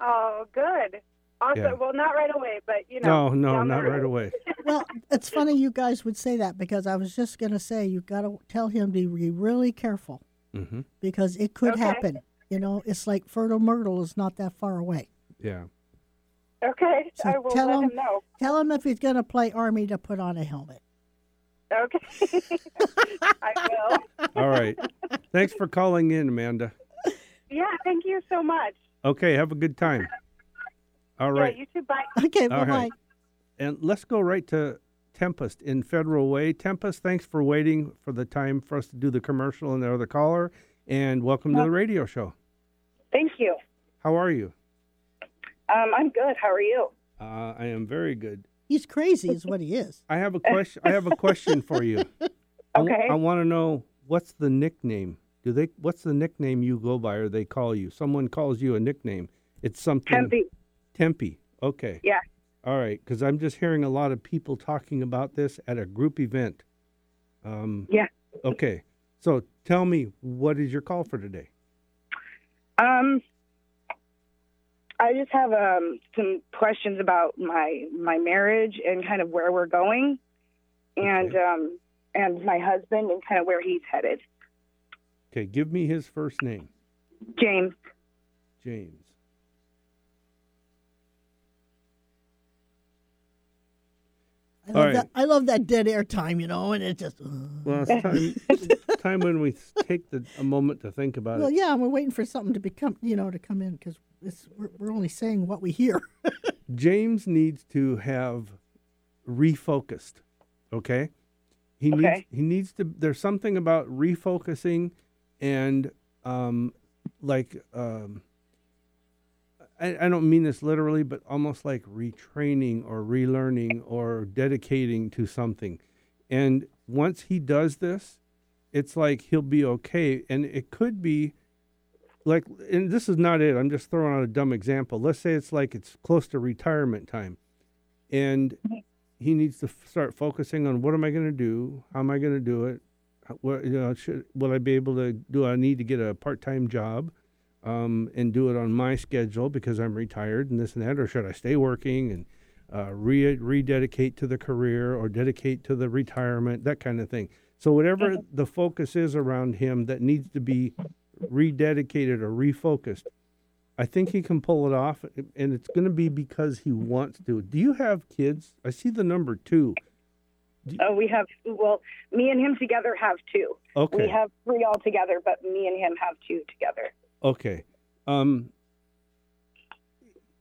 Speaker 7: Oh, good. Awesome.
Speaker 1: Yeah.
Speaker 7: Well, not right away, but you know.
Speaker 1: No, no,
Speaker 7: down the
Speaker 1: not right
Speaker 7: road.
Speaker 1: away.
Speaker 2: Well, it's funny you guys would say that because I was just going to say you've got to tell him to be really careful
Speaker 1: hmm
Speaker 2: because it could
Speaker 7: Okay.
Speaker 2: happen. You know, it's like fertile myrtle is not that far away.
Speaker 1: Yeah.
Speaker 7: Okay,
Speaker 2: So
Speaker 7: I will
Speaker 2: tell
Speaker 7: let
Speaker 2: him-
Speaker 7: him, know.
Speaker 2: Tell him if he's going to play army to put on a helmet.
Speaker 7: Okay, I will.
Speaker 1: All right. Thanks for calling in, Amanda.
Speaker 7: Yeah, thank you so much.
Speaker 1: Okay, have a good time. All right.
Speaker 7: Yeah, you too. Bye.
Speaker 2: Okay, bye
Speaker 1: All
Speaker 2: bye.
Speaker 1: right. And let's go right to Tempest in Federal Way. Tempest, thanks for waiting for the time for us to do the commercial and the other caller. And welcome to the radio show.
Speaker 8: Thank you.
Speaker 1: How are you?
Speaker 8: Um, I'm good. How are you?
Speaker 1: Uh, I am very good.
Speaker 2: He's crazy, is what he is.
Speaker 1: I have a question. I have a question for you. I w-
Speaker 8: Okay.
Speaker 1: I want to know what's the nickname. Do they? What's the nickname you go by, or they call you? Someone calls you a nickname. It's something.
Speaker 8: Tempe.
Speaker 1: Tempe. Okay.
Speaker 8: Yeah.
Speaker 1: All right, because I'm just hearing a lot of people talking about this at a group event. Um,
Speaker 8: Yeah.
Speaker 1: Okay. So tell me, what is your call for today?
Speaker 8: Um, I just have um, some questions about my my marriage and kind of where we're going, and
Speaker 1: Okay.
Speaker 8: um, and my husband and kind of where he's headed.
Speaker 1: Okay, give me his first name,
Speaker 8: James.
Speaker 1: James.
Speaker 2: I
Speaker 1: All
Speaker 2: love,
Speaker 1: right.
Speaker 2: that, I love that dead air time, you know, and it just. uh.
Speaker 1: Well, it's time, time when we take the, a moment to think about
Speaker 2: Well,
Speaker 1: it.
Speaker 2: yeah, we're waiting for something to become, you know, to come in because we're, we're only saying what we hear.
Speaker 1: James needs to have refocused. Okay? He needs
Speaker 8: Okay.
Speaker 1: he needs to there's something about refocusing and um like um I, I don't mean this literally, but almost like retraining or relearning or dedicating to something. And once he does this, it's like he'll be okay. And it could be like, and this is not it. I'm just throwing out a dumb example. Let's say it's like it's close to retirement time, and he needs to f- start focusing on what am I going to do? How am I going to do it? How- What you know, should will I be able to do? I need to get a part-time job, um, and do it on my schedule because I'm retired and this and that, or should I stay working and uh, re- rededicate to the career or dedicate to the retirement, that kind of thing. So whatever the focus is around him that needs to be rededicated or refocused. I think he can pull it off, and it's going to be because he wants to. Do you have kids? I see the number two.
Speaker 8: Oh, we have well, me and him together have two.
Speaker 1: Okay.
Speaker 8: We have three all together, but me and him have two together.
Speaker 1: Okay. Um,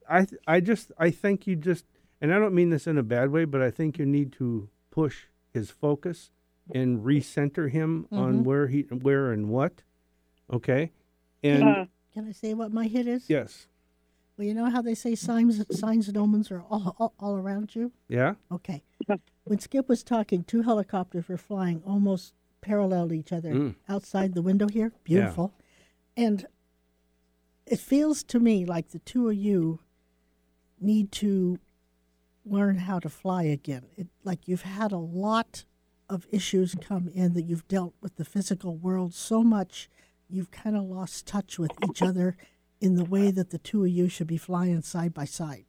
Speaker 1: I th- I just I think you just and I don't mean this in a bad way, but I think you need to push his focus and recenter him
Speaker 2: Mm-hmm.
Speaker 1: on where he where and what. Okay. And
Speaker 8: Uh,
Speaker 2: Can I say what my hit is?
Speaker 1: yes.
Speaker 2: Well, you know how they say signs, signs and omens are all, all, all around you?
Speaker 1: Yeah.
Speaker 2: Okay. When Skip was talking, two helicopters were flying almost parallel to each other
Speaker 1: Mm.
Speaker 2: outside the window here. Beautiful. And it feels to me like the two of you need to learn how to fly again. It, like you've had a lot of issues come in that you've dealt with the physical world so much, you've kind of lost touch with each other in the way that the two of you should be flying side by side.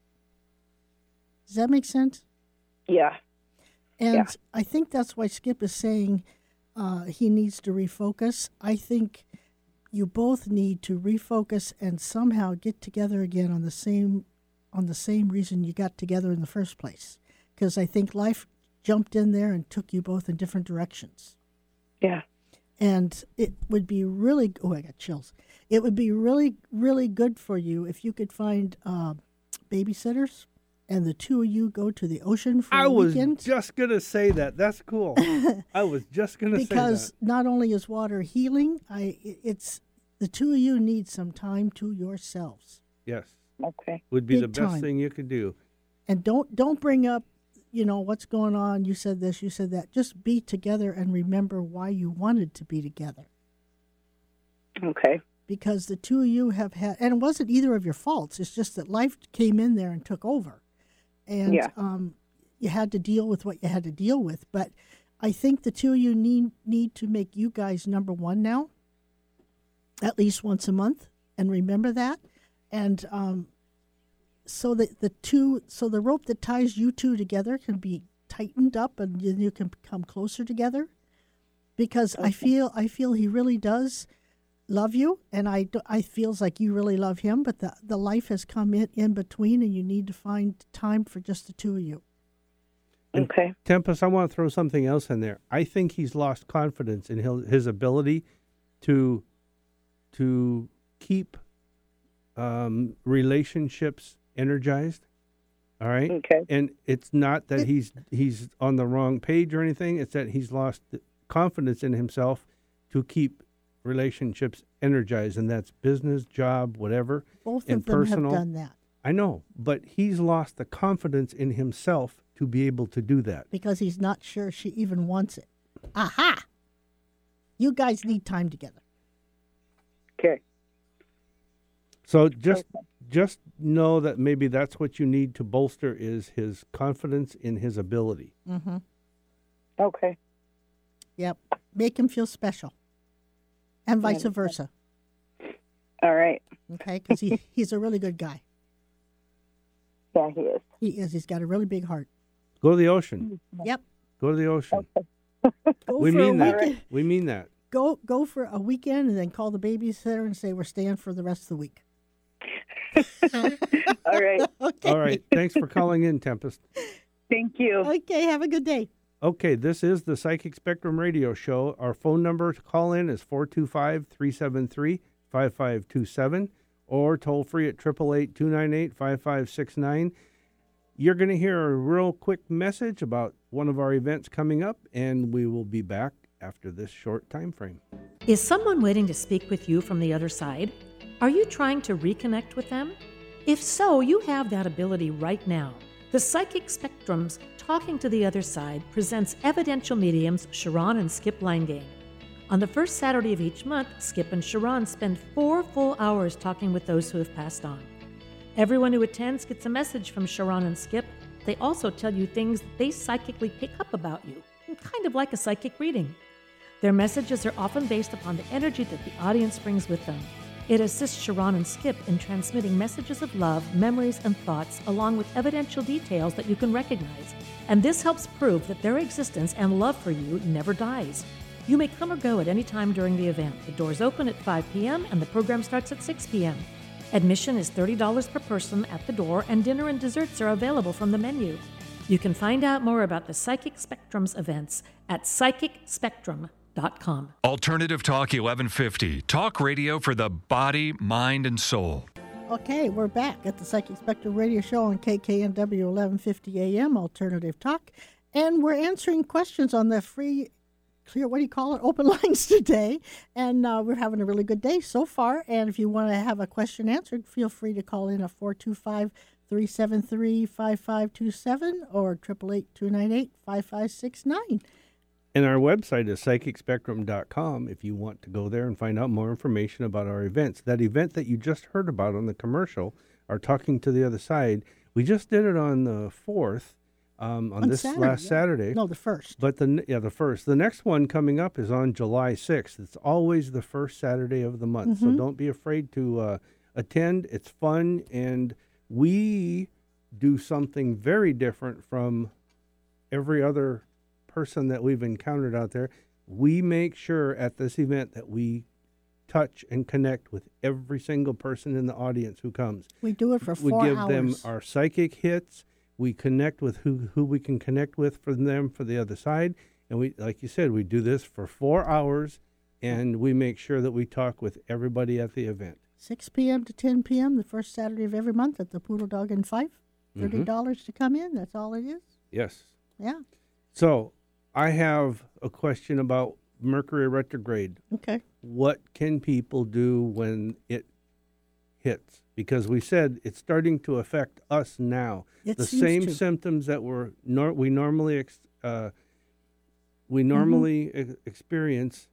Speaker 2: Does that make sense?
Speaker 8: yeah.
Speaker 2: And
Speaker 8: Yeah.
Speaker 2: I think that's why Skip is saying uh, he needs to refocus. I think you both need to refocus and somehow get together again on the same on the same reason you got together in the first place. Because I think life jumped in there and took you both in different directions.
Speaker 8: Yeah.
Speaker 2: And it would be really oh I got chills. It would be really really good for you if you could find uh, babysitters and the two of you go to the ocean for
Speaker 1: I
Speaker 2: a
Speaker 1: was
Speaker 2: weekend.
Speaker 1: just gonna say that. That's cool. I was just gonna say
Speaker 2: because not only is water healing, I i- it's the two of you need some time to yourselves,
Speaker 1: that. Yes,
Speaker 8: Okay.
Speaker 1: would be
Speaker 2: big
Speaker 1: the best
Speaker 2: time.
Speaker 1: thing you could do.
Speaker 2: and don't don't bring up, you know, what's going on. You said this, you said that. Just be together and remember why you wanted to be together,
Speaker 8: Okay.
Speaker 2: because the two of you have had, and it wasn't either of your faults. It's just that life came in there and took over, and
Speaker 8: Yeah.
Speaker 2: um, you had to deal with what you had to deal with. But I think the two of you need need to make you guys number one now. at least once a month and remember that and um, so that the two so the rope that ties you two together can be tightened up and you, you can come closer together because I feel I feel he really does love you and I, do- I feels like you really love him but the, the life has come in, in between and you need to find time for just the two of you
Speaker 1: Mm.
Speaker 8: Okay.
Speaker 1: Tempest, I want to throw something else in there. I think he's lost confidence in his, his ability to to keep um, relationships energized. All right.
Speaker 8: Okay.
Speaker 1: And it's not that he's he's on the wrong page or anything. It's that he's lost the confidence in himself to keep relationships energized, and that's business, job, whatever,
Speaker 2: both
Speaker 1: and
Speaker 2: of them
Speaker 1: personal.
Speaker 2: have done that
Speaker 1: I know, but he's lost the confidence in himself to be able to do that.
Speaker 2: because he's not sure she even wants it aha you guys need time together
Speaker 8: Okay.
Speaker 1: So just just know that maybe that's what you need to bolster is his confidence in his ability.
Speaker 2: mm-hmm.
Speaker 8: Okay.
Speaker 2: yep make him feel special and vice
Speaker 8: Yeah.
Speaker 2: versa
Speaker 8: All right.
Speaker 2: okay because he, he's a really good guy
Speaker 8: Yeah, he is.
Speaker 2: he is he's got a really big heart
Speaker 1: Go to the ocean.
Speaker 2: yep
Speaker 1: Go to the ocean.
Speaker 2: go
Speaker 1: We
Speaker 2: Hmm. for
Speaker 1: mean
Speaker 2: a
Speaker 1: that.
Speaker 2: weekend
Speaker 1: We mean that.
Speaker 2: go go for a weekend and then call the babysitter and say we're staying for the rest of the week.
Speaker 8: All right.
Speaker 2: Okay.
Speaker 1: All right. Thanks for calling in, Tempest.
Speaker 8: Thank you.
Speaker 2: Okay, have a good day.
Speaker 1: Okay, this is the Psychic Spectrum Radio Show. Our phone number to call in is 425 373 5527 or toll free at 888 298 5569. You're going to hear a real quick message about one of our events coming up, and we will be back after this short time frame.
Speaker 9: Is someone waiting to speak with you from the other side? Are you trying to reconnect with them? If so, you have that ability right now. The Psychic Spectrum's Talking to the Other Side presents evidential mediums Sharon and Skip Langane. On the first Saturday of each month, Skip and Sharon spend four full hours talking with those who have passed on. Everyone who attends gets a message from Sharon and Skip. They also tell you things that they psychically pick up about you, kind of like a psychic reading. Their messages are often based upon the energy that the audience brings with them. It assists Sharon and Skip in transmitting messages of love, memories, and thoughts, along with evidential details that you can recognize. And this helps prove that their existence and love for you never dies. You may come or go at any time during the event. The doors open at 5 p.m. and the program starts at 6 p.m. Admission is $30 per person at the door, and dinner and desserts are available from the menu. You can find out more about the Psychic Spectrum's events at psychicspectrum.com.
Speaker 5: Alternative Talk 1150, talk radio for the body, mind, and soul.
Speaker 2: Okay, we're back at the Psychic Spectrum Radio Show on KKNW 1150 AM Alternative Talk, and we're answering questions on the free, clear, what do you call it, open lines today. And uh, we're having a really good day so far. And if you want to have a question answered, feel free to call in at 425 373 5527 or 888 298 5569.
Speaker 1: And our website is psychicspectrum.com if you want to go there and find out more information about our events. That event that you just heard about on the commercial, our Talking to the Other Side, we just did it on the 4th, um, on,
Speaker 2: On
Speaker 1: this
Speaker 2: Saturday,
Speaker 1: last
Speaker 2: yeah.
Speaker 1: Saturday.
Speaker 2: No, the first.
Speaker 1: But the n- yeah the first the next one coming up is on July 6th. It's always the first Saturday of the month, so don't be afraid to uh, attend. It's fun, and we do something very different from every other person that we've encountered out there. We make sure at this event that we touch and connect with every single person in the audience who comes
Speaker 2: We do it for
Speaker 1: we
Speaker 2: four
Speaker 1: give
Speaker 2: hours.
Speaker 1: them our psychic hits. We connect with who who we can connect with from them for the other side, and we like you said, we do this for four hours, and we make sure that we talk with everybody at the event.
Speaker 2: 6 p.m. to 10 p.m. the first Saturday of every month at the Poodle Dog and Fife.
Speaker 1: Mm-hmm.
Speaker 2: $30 dollars to come in. That's all it is.
Speaker 1: Yes.
Speaker 2: Yeah.
Speaker 1: So, I have a question about Mercury retrograde.
Speaker 2: Okay.
Speaker 1: What can people do when it hits? Because we said it's starting to affect us now.
Speaker 2: It
Speaker 1: the
Speaker 2: seems
Speaker 1: same
Speaker 2: to.
Speaker 1: symptoms that were nor- we normally ex- uh,
Speaker 2: Mm-hmm.
Speaker 1: we normally e- experience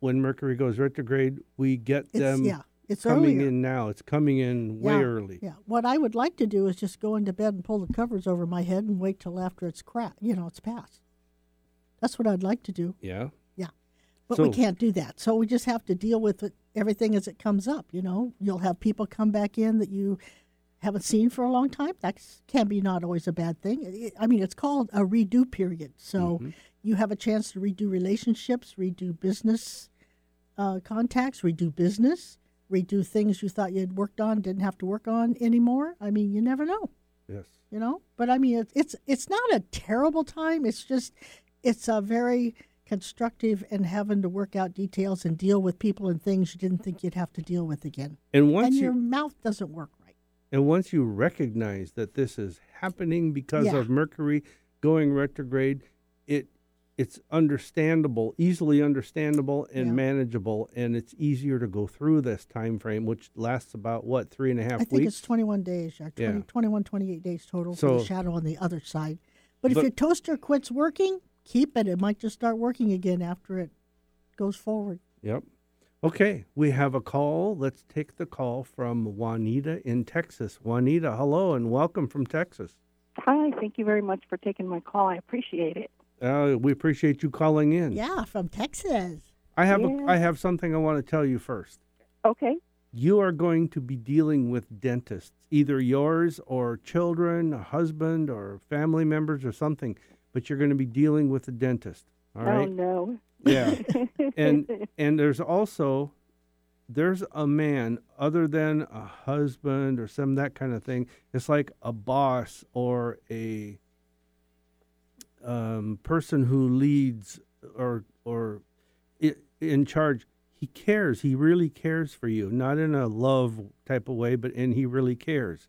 Speaker 1: when Mercury goes retrograde, we get
Speaker 2: It's,
Speaker 1: them
Speaker 2: yeah. It's
Speaker 1: coming
Speaker 2: earlier.
Speaker 1: in now. It's coming in way
Speaker 2: yeah.
Speaker 1: early.
Speaker 2: Yeah. What I would like to do is just go into bed and pull the covers over my head and wait till after it's crap, you know, it's past. That's what I'd like to do.
Speaker 1: Yeah.
Speaker 2: But
Speaker 1: So-
Speaker 2: we can't do that. So we just have to deal with it, everything as it comes up. You know, you'll have people come back in that you haven't seen for a long time. That can be not always a bad thing. It- I mean, it's called a redo period. So you have a chance to redo relationships, redo business uh, contacts, redo business, redo things you thought you had worked on, didn't have to work on anymore. I mean, you never know
Speaker 1: Yes.
Speaker 2: you know but i mean it's it's it's not a terrible time it's just it's a very constructive and having to work out details and deal with people and things you didn't think you'd have to deal with again
Speaker 1: And once
Speaker 2: and
Speaker 1: you
Speaker 2: your mouth doesn't work right
Speaker 1: And once you recognize that this is happening because
Speaker 2: Yeah.
Speaker 1: of Mercury going retrograde, it it's understandable, easily understandable and
Speaker 2: Yeah.
Speaker 1: manageable, and it's easier to go through this time frame, which lasts about what three and a half
Speaker 2: i think
Speaker 1: weeks.
Speaker 2: it's 21 days yeah, 20,
Speaker 1: Yeah.
Speaker 2: 21 28 days total for
Speaker 1: So-
Speaker 2: the shadow on the other side but if
Speaker 1: But-
Speaker 2: your toaster quits working keep it it might just start working again after it goes forward
Speaker 1: yep. Okay, we have a call. Let's take the call from Juanita in Texas. Juanita, hello and welcome from Texas.
Speaker 10: Hi, thank you very much for taking my call. I appreciate it.
Speaker 1: Uh, we appreciate you calling in.
Speaker 2: yeah from texas
Speaker 1: I have
Speaker 10: Yeah.
Speaker 1: a, I have something I want to tell you first.
Speaker 10: Okay.
Speaker 1: you are going to be dealing with dentists, either yours or children, a husband or family members or something, but you're going to be dealing with a dentist. All
Speaker 10: oh
Speaker 1: right.
Speaker 10: no.
Speaker 1: Yeah. and and there's also there's a man other than a husband or some that kind of thing. It's like a boss or a um, person who leads or or i- in charge. He cares. He really cares for you, not in a love type of way, but and he really cares.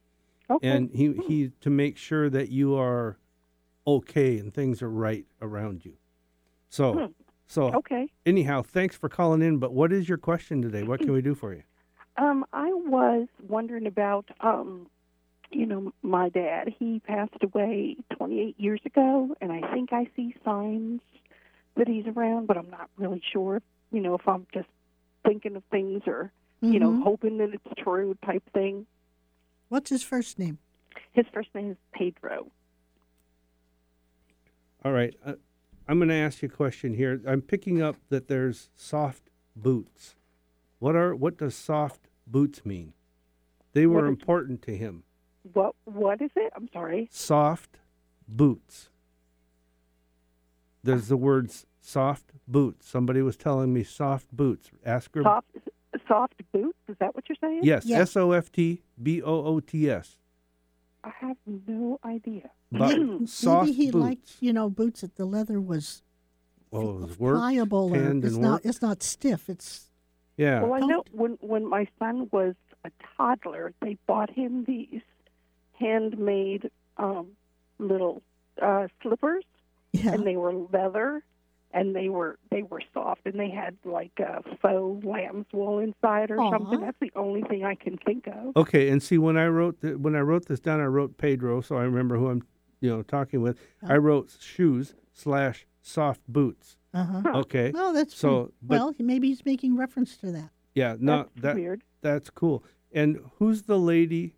Speaker 10: Okay.
Speaker 1: And he he to make sure that you are okay and things are right around you. So
Speaker 10: Hmm.
Speaker 1: so
Speaker 10: okay.
Speaker 1: anyhow, thanks for calling in. But what is your question today? What can we do for you?
Speaker 10: Um, I was wondering about um, you know, my dad. He passed away 28 years ago, and I think I see signs that he's around, but I'm not really sure. You know, if I'm just thinking of things or you know
Speaker 1: Mm-hmm.
Speaker 2: Mhm.
Speaker 10: hoping that it's true type thing.
Speaker 2: what's his first name
Speaker 10: His first name is Pedro.
Speaker 1: All right, uh, I'm going to ask you a question here. I'm picking up that there's soft boots. What are what does soft boots mean? They were
Speaker 10: What-
Speaker 1: important to him.
Speaker 10: What what is it? I'm sorry.
Speaker 1: Soft boots. There's the words soft boots. Somebody was telling me soft boots. Ask her.
Speaker 10: Soft soft boots. Is that what you're saying?
Speaker 1: Yes,
Speaker 2: Yes.
Speaker 1: S O F T B O O T S.
Speaker 10: I have no idea.
Speaker 1: But soft
Speaker 2: Maybe he
Speaker 1: boots.
Speaker 2: liked, you know, boots that the leather was
Speaker 1: well, it was worked,
Speaker 2: pliable or
Speaker 1: tanned
Speaker 2: it's
Speaker 1: and
Speaker 2: not
Speaker 1: worked.
Speaker 2: it's not stiff. It's
Speaker 1: Yeah.
Speaker 10: Well, I know
Speaker 2: Comfort-
Speaker 10: when when my son was a toddler, they bought him these handmade um, little uh, slippers,
Speaker 2: yeah.
Speaker 10: and they were leather, and they were they were soft, and they had like a faux lamb's wool inside or something.
Speaker 2: Aw.
Speaker 10: That's the only thing I can think of.
Speaker 1: Okay, and see when I wrote the, when I wrote this down, I wrote Pedro, so I remember who I'm you know talking with.
Speaker 10: Oh.
Speaker 1: I wrote shoes slash soft boots.
Speaker 2: Uh-huh.
Speaker 1: Okay,
Speaker 2: No, that's
Speaker 1: So,
Speaker 2: pretty-
Speaker 1: but-
Speaker 2: well, he- maybe he's making reference to that.
Speaker 1: yeah, no,
Speaker 10: That's
Speaker 1: that
Speaker 10: weird.
Speaker 1: that's cool. And who's the lady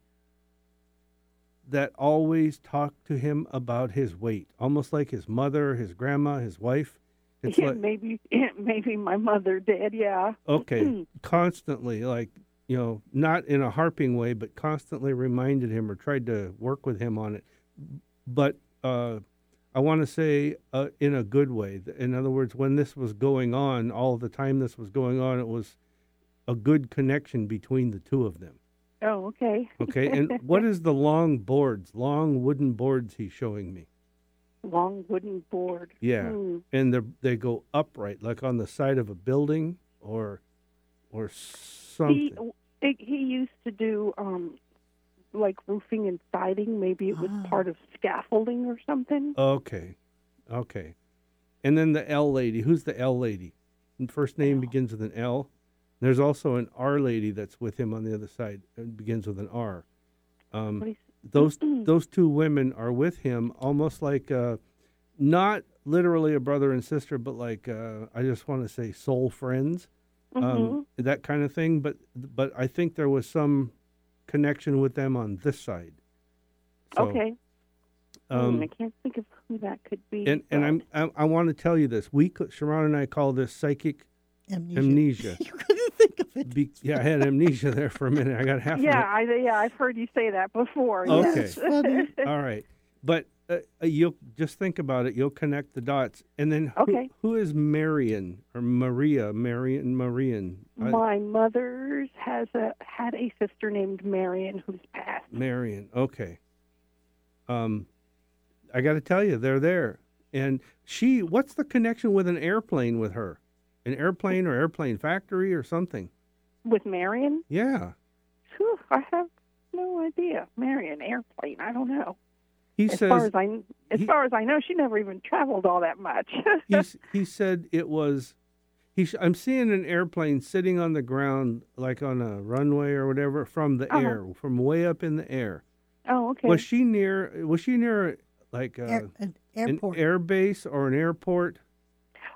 Speaker 1: that always talked to him about his weight, almost like his mother, his grandma, his wife? It's like
Speaker 10: maybe maybe my mother did. Yeah.
Speaker 1: okay, constantly, like you know, not in a harping way, but constantly reminded him or tried to work with him on it. But uh, I want to say uh, in a good way. Th- In other words, when this was going on, all the time this was going on, it was a good connection between the two of them.
Speaker 10: Oh, okay.
Speaker 1: Okay, and what is the long boards, long wooden boards he's showing me?
Speaker 10: Long wooden board.
Speaker 1: Yeah,
Speaker 10: Hmm.
Speaker 1: and they they go upright, like on the side of a building or or something.
Speaker 10: He it, he used to do um like roofing and siding. Maybe it was
Speaker 2: Ah.
Speaker 10: part of scaffolding or something.
Speaker 1: Okay. Okay. And then the L lady. Who's the L lady? The First name begins with an L. There's also an R lady that's with him on the other side. It begins with an R. Um,
Speaker 10: What is-
Speaker 1: those those two women are with him almost like uh, not literally a brother and sister, but like uh, I just want to say soul friends, um, that kind of thing. But but I think there was some connection with them on this side. So,
Speaker 10: okay.
Speaker 1: um,
Speaker 10: Hmm, I can't think of who that could be.
Speaker 1: and and I'm I, I want to tell you this. We c- Sharon and I call this psychic
Speaker 2: Amnesia.
Speaker 1: Amnesia.
Speaker 2: you couldn't think of it.
Speaker 1: Be- yeah, I had amnesia there for a minute. I got half.
Speaker 10: yeah,
Speaker 1: Of
Speaker 10: I, yeah, I've heard you say that before.
Speaker 1: it. Okay.
Speaker 10: yes.
Speaker 1: All right, but uh, uh, you'll just think about it. You'll connect the dots, and then who,
Speaker 10: Okay.
Speaker 1: who is Marion or Maria? Marion, Marion, I-
Speaker 10: My mother's has a had a sister named Marion who's passed.
Speaker 1: Marion. Okay. Um, I got to tell you, they're there, and she. What's the connection with an airplane with her? An airplane or airplane factory or something?
Speaker 10: With Marion?
Speaker 1: Yeah.
Speaker 10: Whew, I have no idea. Marion airplane. I don't know.
Speaker 1: He
Speaker 10: as
Speaker 1: says.
Speaker 10: far as I as
Speaker 1: he-
Speaker 10: far as I know, she never even traveled all that much.
Speaker 1: he, s- he said it was. He sh- I'm seeing an airplane sitting on the ground, like on a runway or whatever, from the
Speaker 10: Uh-huh.
Speaker 1: air, from way up in the air.
Speaker 10: oh, okay.
Speaker 1: Was she near? Was she near like uh,
Speaker 2: Air, an airport.
Speaker 1: an air base or an airport?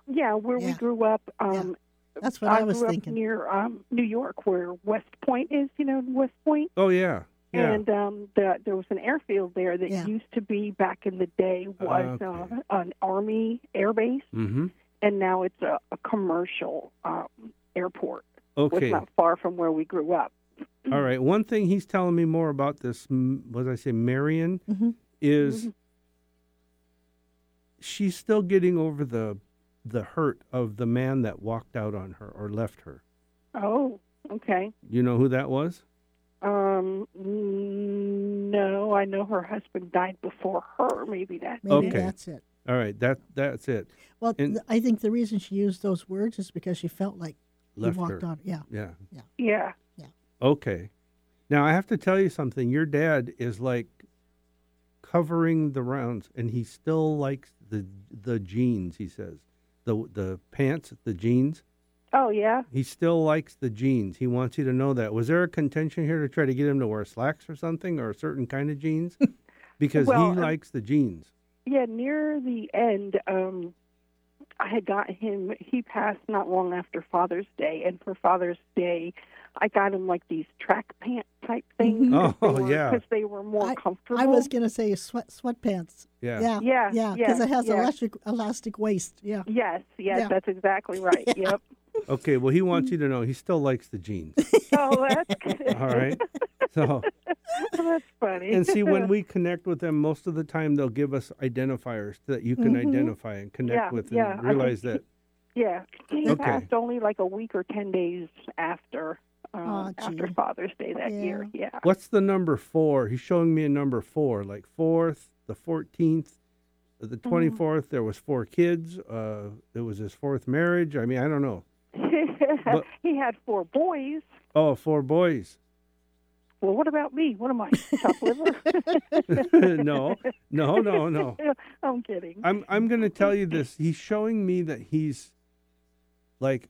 Speaker 10: yeah, where we
Speaker 2: Yeah.
Speaker 10: grew up. Um,
Speaker 2: That's what I, was
Speaker 10: grew
Speaker 2: thinking.
Speaker 10: up near um, New York, where West Point is. You know, West Point.
Speaker 1: Oh yeah, yeah.
Speaker 10: And um, the, there was an airfield there that
Speaker 2: Yeah.
Speaker 10: used to be back in the day was
Speaker 1: Okay.
Speaker 10: uh, an army air base,
Speaker 1: mm-hmm.
Speaker 10: and now it's a, a commercial um, airport. It's
Speaker 1: Okay.
Speaker 10: not far from where we grew up.
Speaker 1: All right. One thing he's telling me more about this, m- was I say Marion,
Speaker 2: Mhm.
Speaker 1: is
Speaker 10: Mm-hmm.
Speaker 1: she's still getting over the the hurt of the man that walked out on her or left her.
Speaker 10: Oh, okay.
Speaker 1: You know who that was?
Speaker 10: Um, no, I know her husband died before her. Maybe that.
Speaker 2: Maybe
Speaker 1: Okay.
Speaker 2: that's it.
Speaker 1: All right. That that's it.
Speaker 2: Well,
Speaker 1: And-
Speaker 2: th- I think the reason she used those words is because she felt like
Speaker 1: Left
Speaker 2: he walked
Speaker 1: her.
Speaker 2: on. Yeah.
Speaker 1: Yeah.
Speaker 10: Yeah.
Speaker 1: Okay. Now I have to tell you something. Your dad is like covering the rounds, and he still likes the the jeans. He says the the pants, the jeans.
Speaker 10: Oh, yeah.
Speaker 1: He still likes the jeans. He wants you to know that. Was there a contention here to try to get him to wear slacks or something or a certain kind of jeans? Because
Speaker 10: Well,
Speaker 2: uh,
Speaker 10: um,
Speaker 1: he likes the jeans.
Speaker 10: Yeah, near the end, um, I had got him. He passed not long after Father's Day, and for Father's Day, I got him like these track pant type things.
Speaker 1: Mhm.
Speaker 10: 'cause they
Speaker 1: Oh,
Speaker 10: were-
Speaker 1: yeah.
Speaker 10: 'cause they were more comfortable.
Speaker 2: Mm-hmm. I was going to say sweat sweatpants.
Speaker 1: Yeah.
Speaker 2: Yeah.
Speaker 10: Yeah,
Speaker 2: Yeah.
Speaker 10: yeah,
Speaker 2: Because it has
Speaker 10: yeah.
Speaker 2: elastic elastic waist. Yeah.
Speaker 10: Yes, yes,
Speaker 2: Yeah.
Speaker 10: that's exactly right. Yep.
Speaker 1: Okay, well, he wants you to know he still likes the jeans.
Speaker 10: Oh, that's good.
Speaker 1: All right. So,
Speaker 10: that's funny.
Speaker 1: and see, when we connect with them, most of the time they'll give us identifiers that you can
Speaker 2: Mhm.
Speaker 1: identify and connect
Speaker 10: Mm-hmm. Yeah,
Speaker 1: with
Speaker 10: yeah, I
Speaker 1: and
Speaker 10: think
Speaker 1: realize
Speaker 10: he-
Speaker 1: that.
Speaker 10: yeah, he
Speaker 1: Okay.
Speaker 10: passed only like a week or ten days after
Speaker 2: Aw,
Speaker 10: um, after
Speaker 2: gee.
Speaker 10: Father's Day that
Speaker 2: Yeah.
Speaker 10: year. Yeah.
Speaker 1: What's the number four? He's showing me a number four, like fourth, the 14th, the
Speaker 10: Mm-hmm.
Speaker 1: 24th. There was four kids. Uh, it was his fourth marriage. I mean, I don't know. But-
Speaker 10: he had four boys.
Speaker 1: Oh, four boys.
Speaker 10: Well, what about me? What am I, chopped liver?
Speaker 1: no, no, no, no.
Speaker 10: I'm kidding.
Speaker 1: I'm I'm gonna tell you this. He's showing me that he's like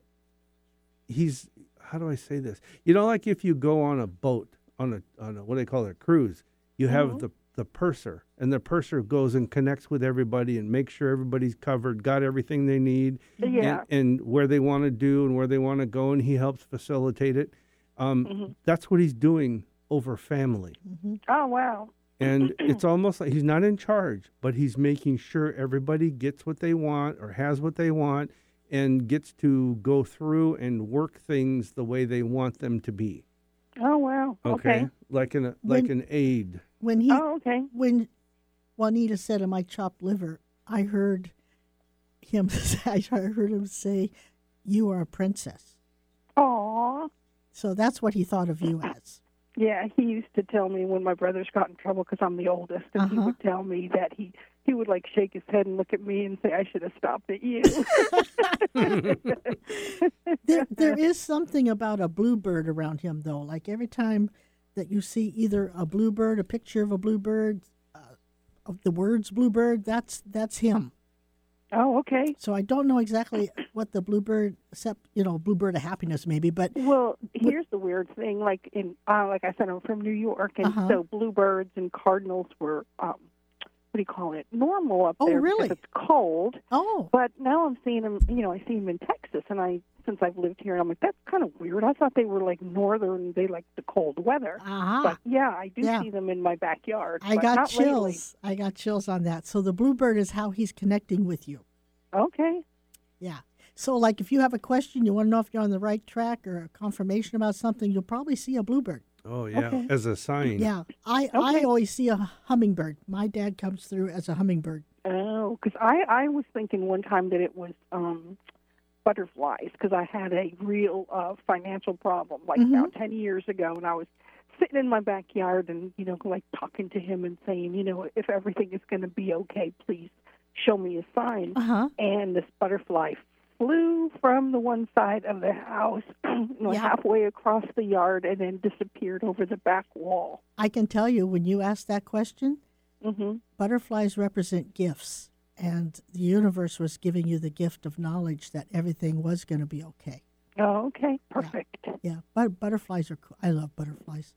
Speaker 1: he's how do I say this? You know, like if you go on a boat on a on a what do they call it, a cruise, you have the the purser, and the purser goes and connects with everybody and makes sure everybody's covered, got everything they need,
Speaker 10: yeah.
Speaker 1: and, and where they want to do and where they want to go, and he helps facilitate it. Um, That's what he's doing over family
Speaker 10: oh, wow.
Speaker 1: and it's almost like he's not in charge, but he's making sure everybody gets what they want or has what they want and gets to go through and work things the way they want them to be.
Speaker 10: Oh, wow. Okay.
Speaker 1: Like an like an aide.
Speaker 2: When he
Speaker 10: Oh, okay.
Speaker 2: when Juanita said, "Am I chopped liver?" I heard him. I heard him say, "You are a princess."
Speaker 10: Aw.
Speaker 2: So that's what he thought of you as.
Speaker 10: Yeah, he used to tell me when my brothers got in trouble because I'm the oldest, and he
Speaker 2: Uh-huh.
Speaker 10: would tell me that he he would like shake his head and look at me and say, "I should have stopped at you."
Speaker 2: There, there is something about a bluebird around him, though. Like every time that you see either a bluebird, a picture of a bluebird, uh, of the words "bluebird," that's that's him.
Speaker 10: oh, okay.
Speaker 2: So I don't know exactly what the bluebird, except you know, bluebird of happiness, maybe. But
Speaker 10: Well, here's the weird thing. Like in, uh, like I said, I'm from New York, and
Speaker 2: Uh-huh.
Speaker 10: so bluebirds and cardinals were, um, what do you call it, normal up
Speaker 2: Oh,
Speaker 10: there
Speaker 2: really?
Speaker 10: because it's cold.
Speaker 2: oh,
Speaker 10: But now I'm seeing them. You know, I see them in Texas, and I since I've lived here, and I'm like, that's kind of weird. I thought they were like northern. They like the cold weather.
Speaker 2: aha.
Speaker 10: But yeah, I do
Speaker 2: Uh-huh. Yeah.
Speaker 10: see them in my backyard.
Speaker 2: I
Speaker 10: but
Speaker 2: got
Speaker 10: not lately.
Speaker 2: chills. I got chills on that. So the bluebird is how he's connecting with you.
Speaker 10: Okay.
Speaker 2: Yeah. So, like, if you have a question, you want to know if you're on the right track or a confirmation about something, you'll probably see a bluebird.
Speaker 1: Oh yeah,
Speaker 10: Okay.
Speaker 1: as a sign.
Speaker 2: Yeah, I I always see a hummingbird. My dad comes through as a hummingbird.
Speaker 10: Oh, because I I was thinking one time that it was um, butterflies because I had a real uh, financial problem like
Speaker 2: Mm-hmm.
Speaker 10: about ten years ago, and I was sitting in my backyard and you know like talking to him and saying you know if everything is going to be okay, please show me a sign.
Speaker 2: Uh huh.
Speaker 10: And this butterfly flew from the one side of the house like
Speaker 2: Yeah.
Speaker 10: halfway across the yard and then disappeared over the back wall.
Speaker 2: I can tell you when you ask that question, Mm-hmm.
Speaker 10: hmm
Speaker 2: butterflies represent gifts, and the universe was giving you the gift of knowledge that everything was going to be okay.
Speaker 10: Oh, okay, perfect.
Speaker 2: Yeah, but butterflies are. cool. I love butterflies,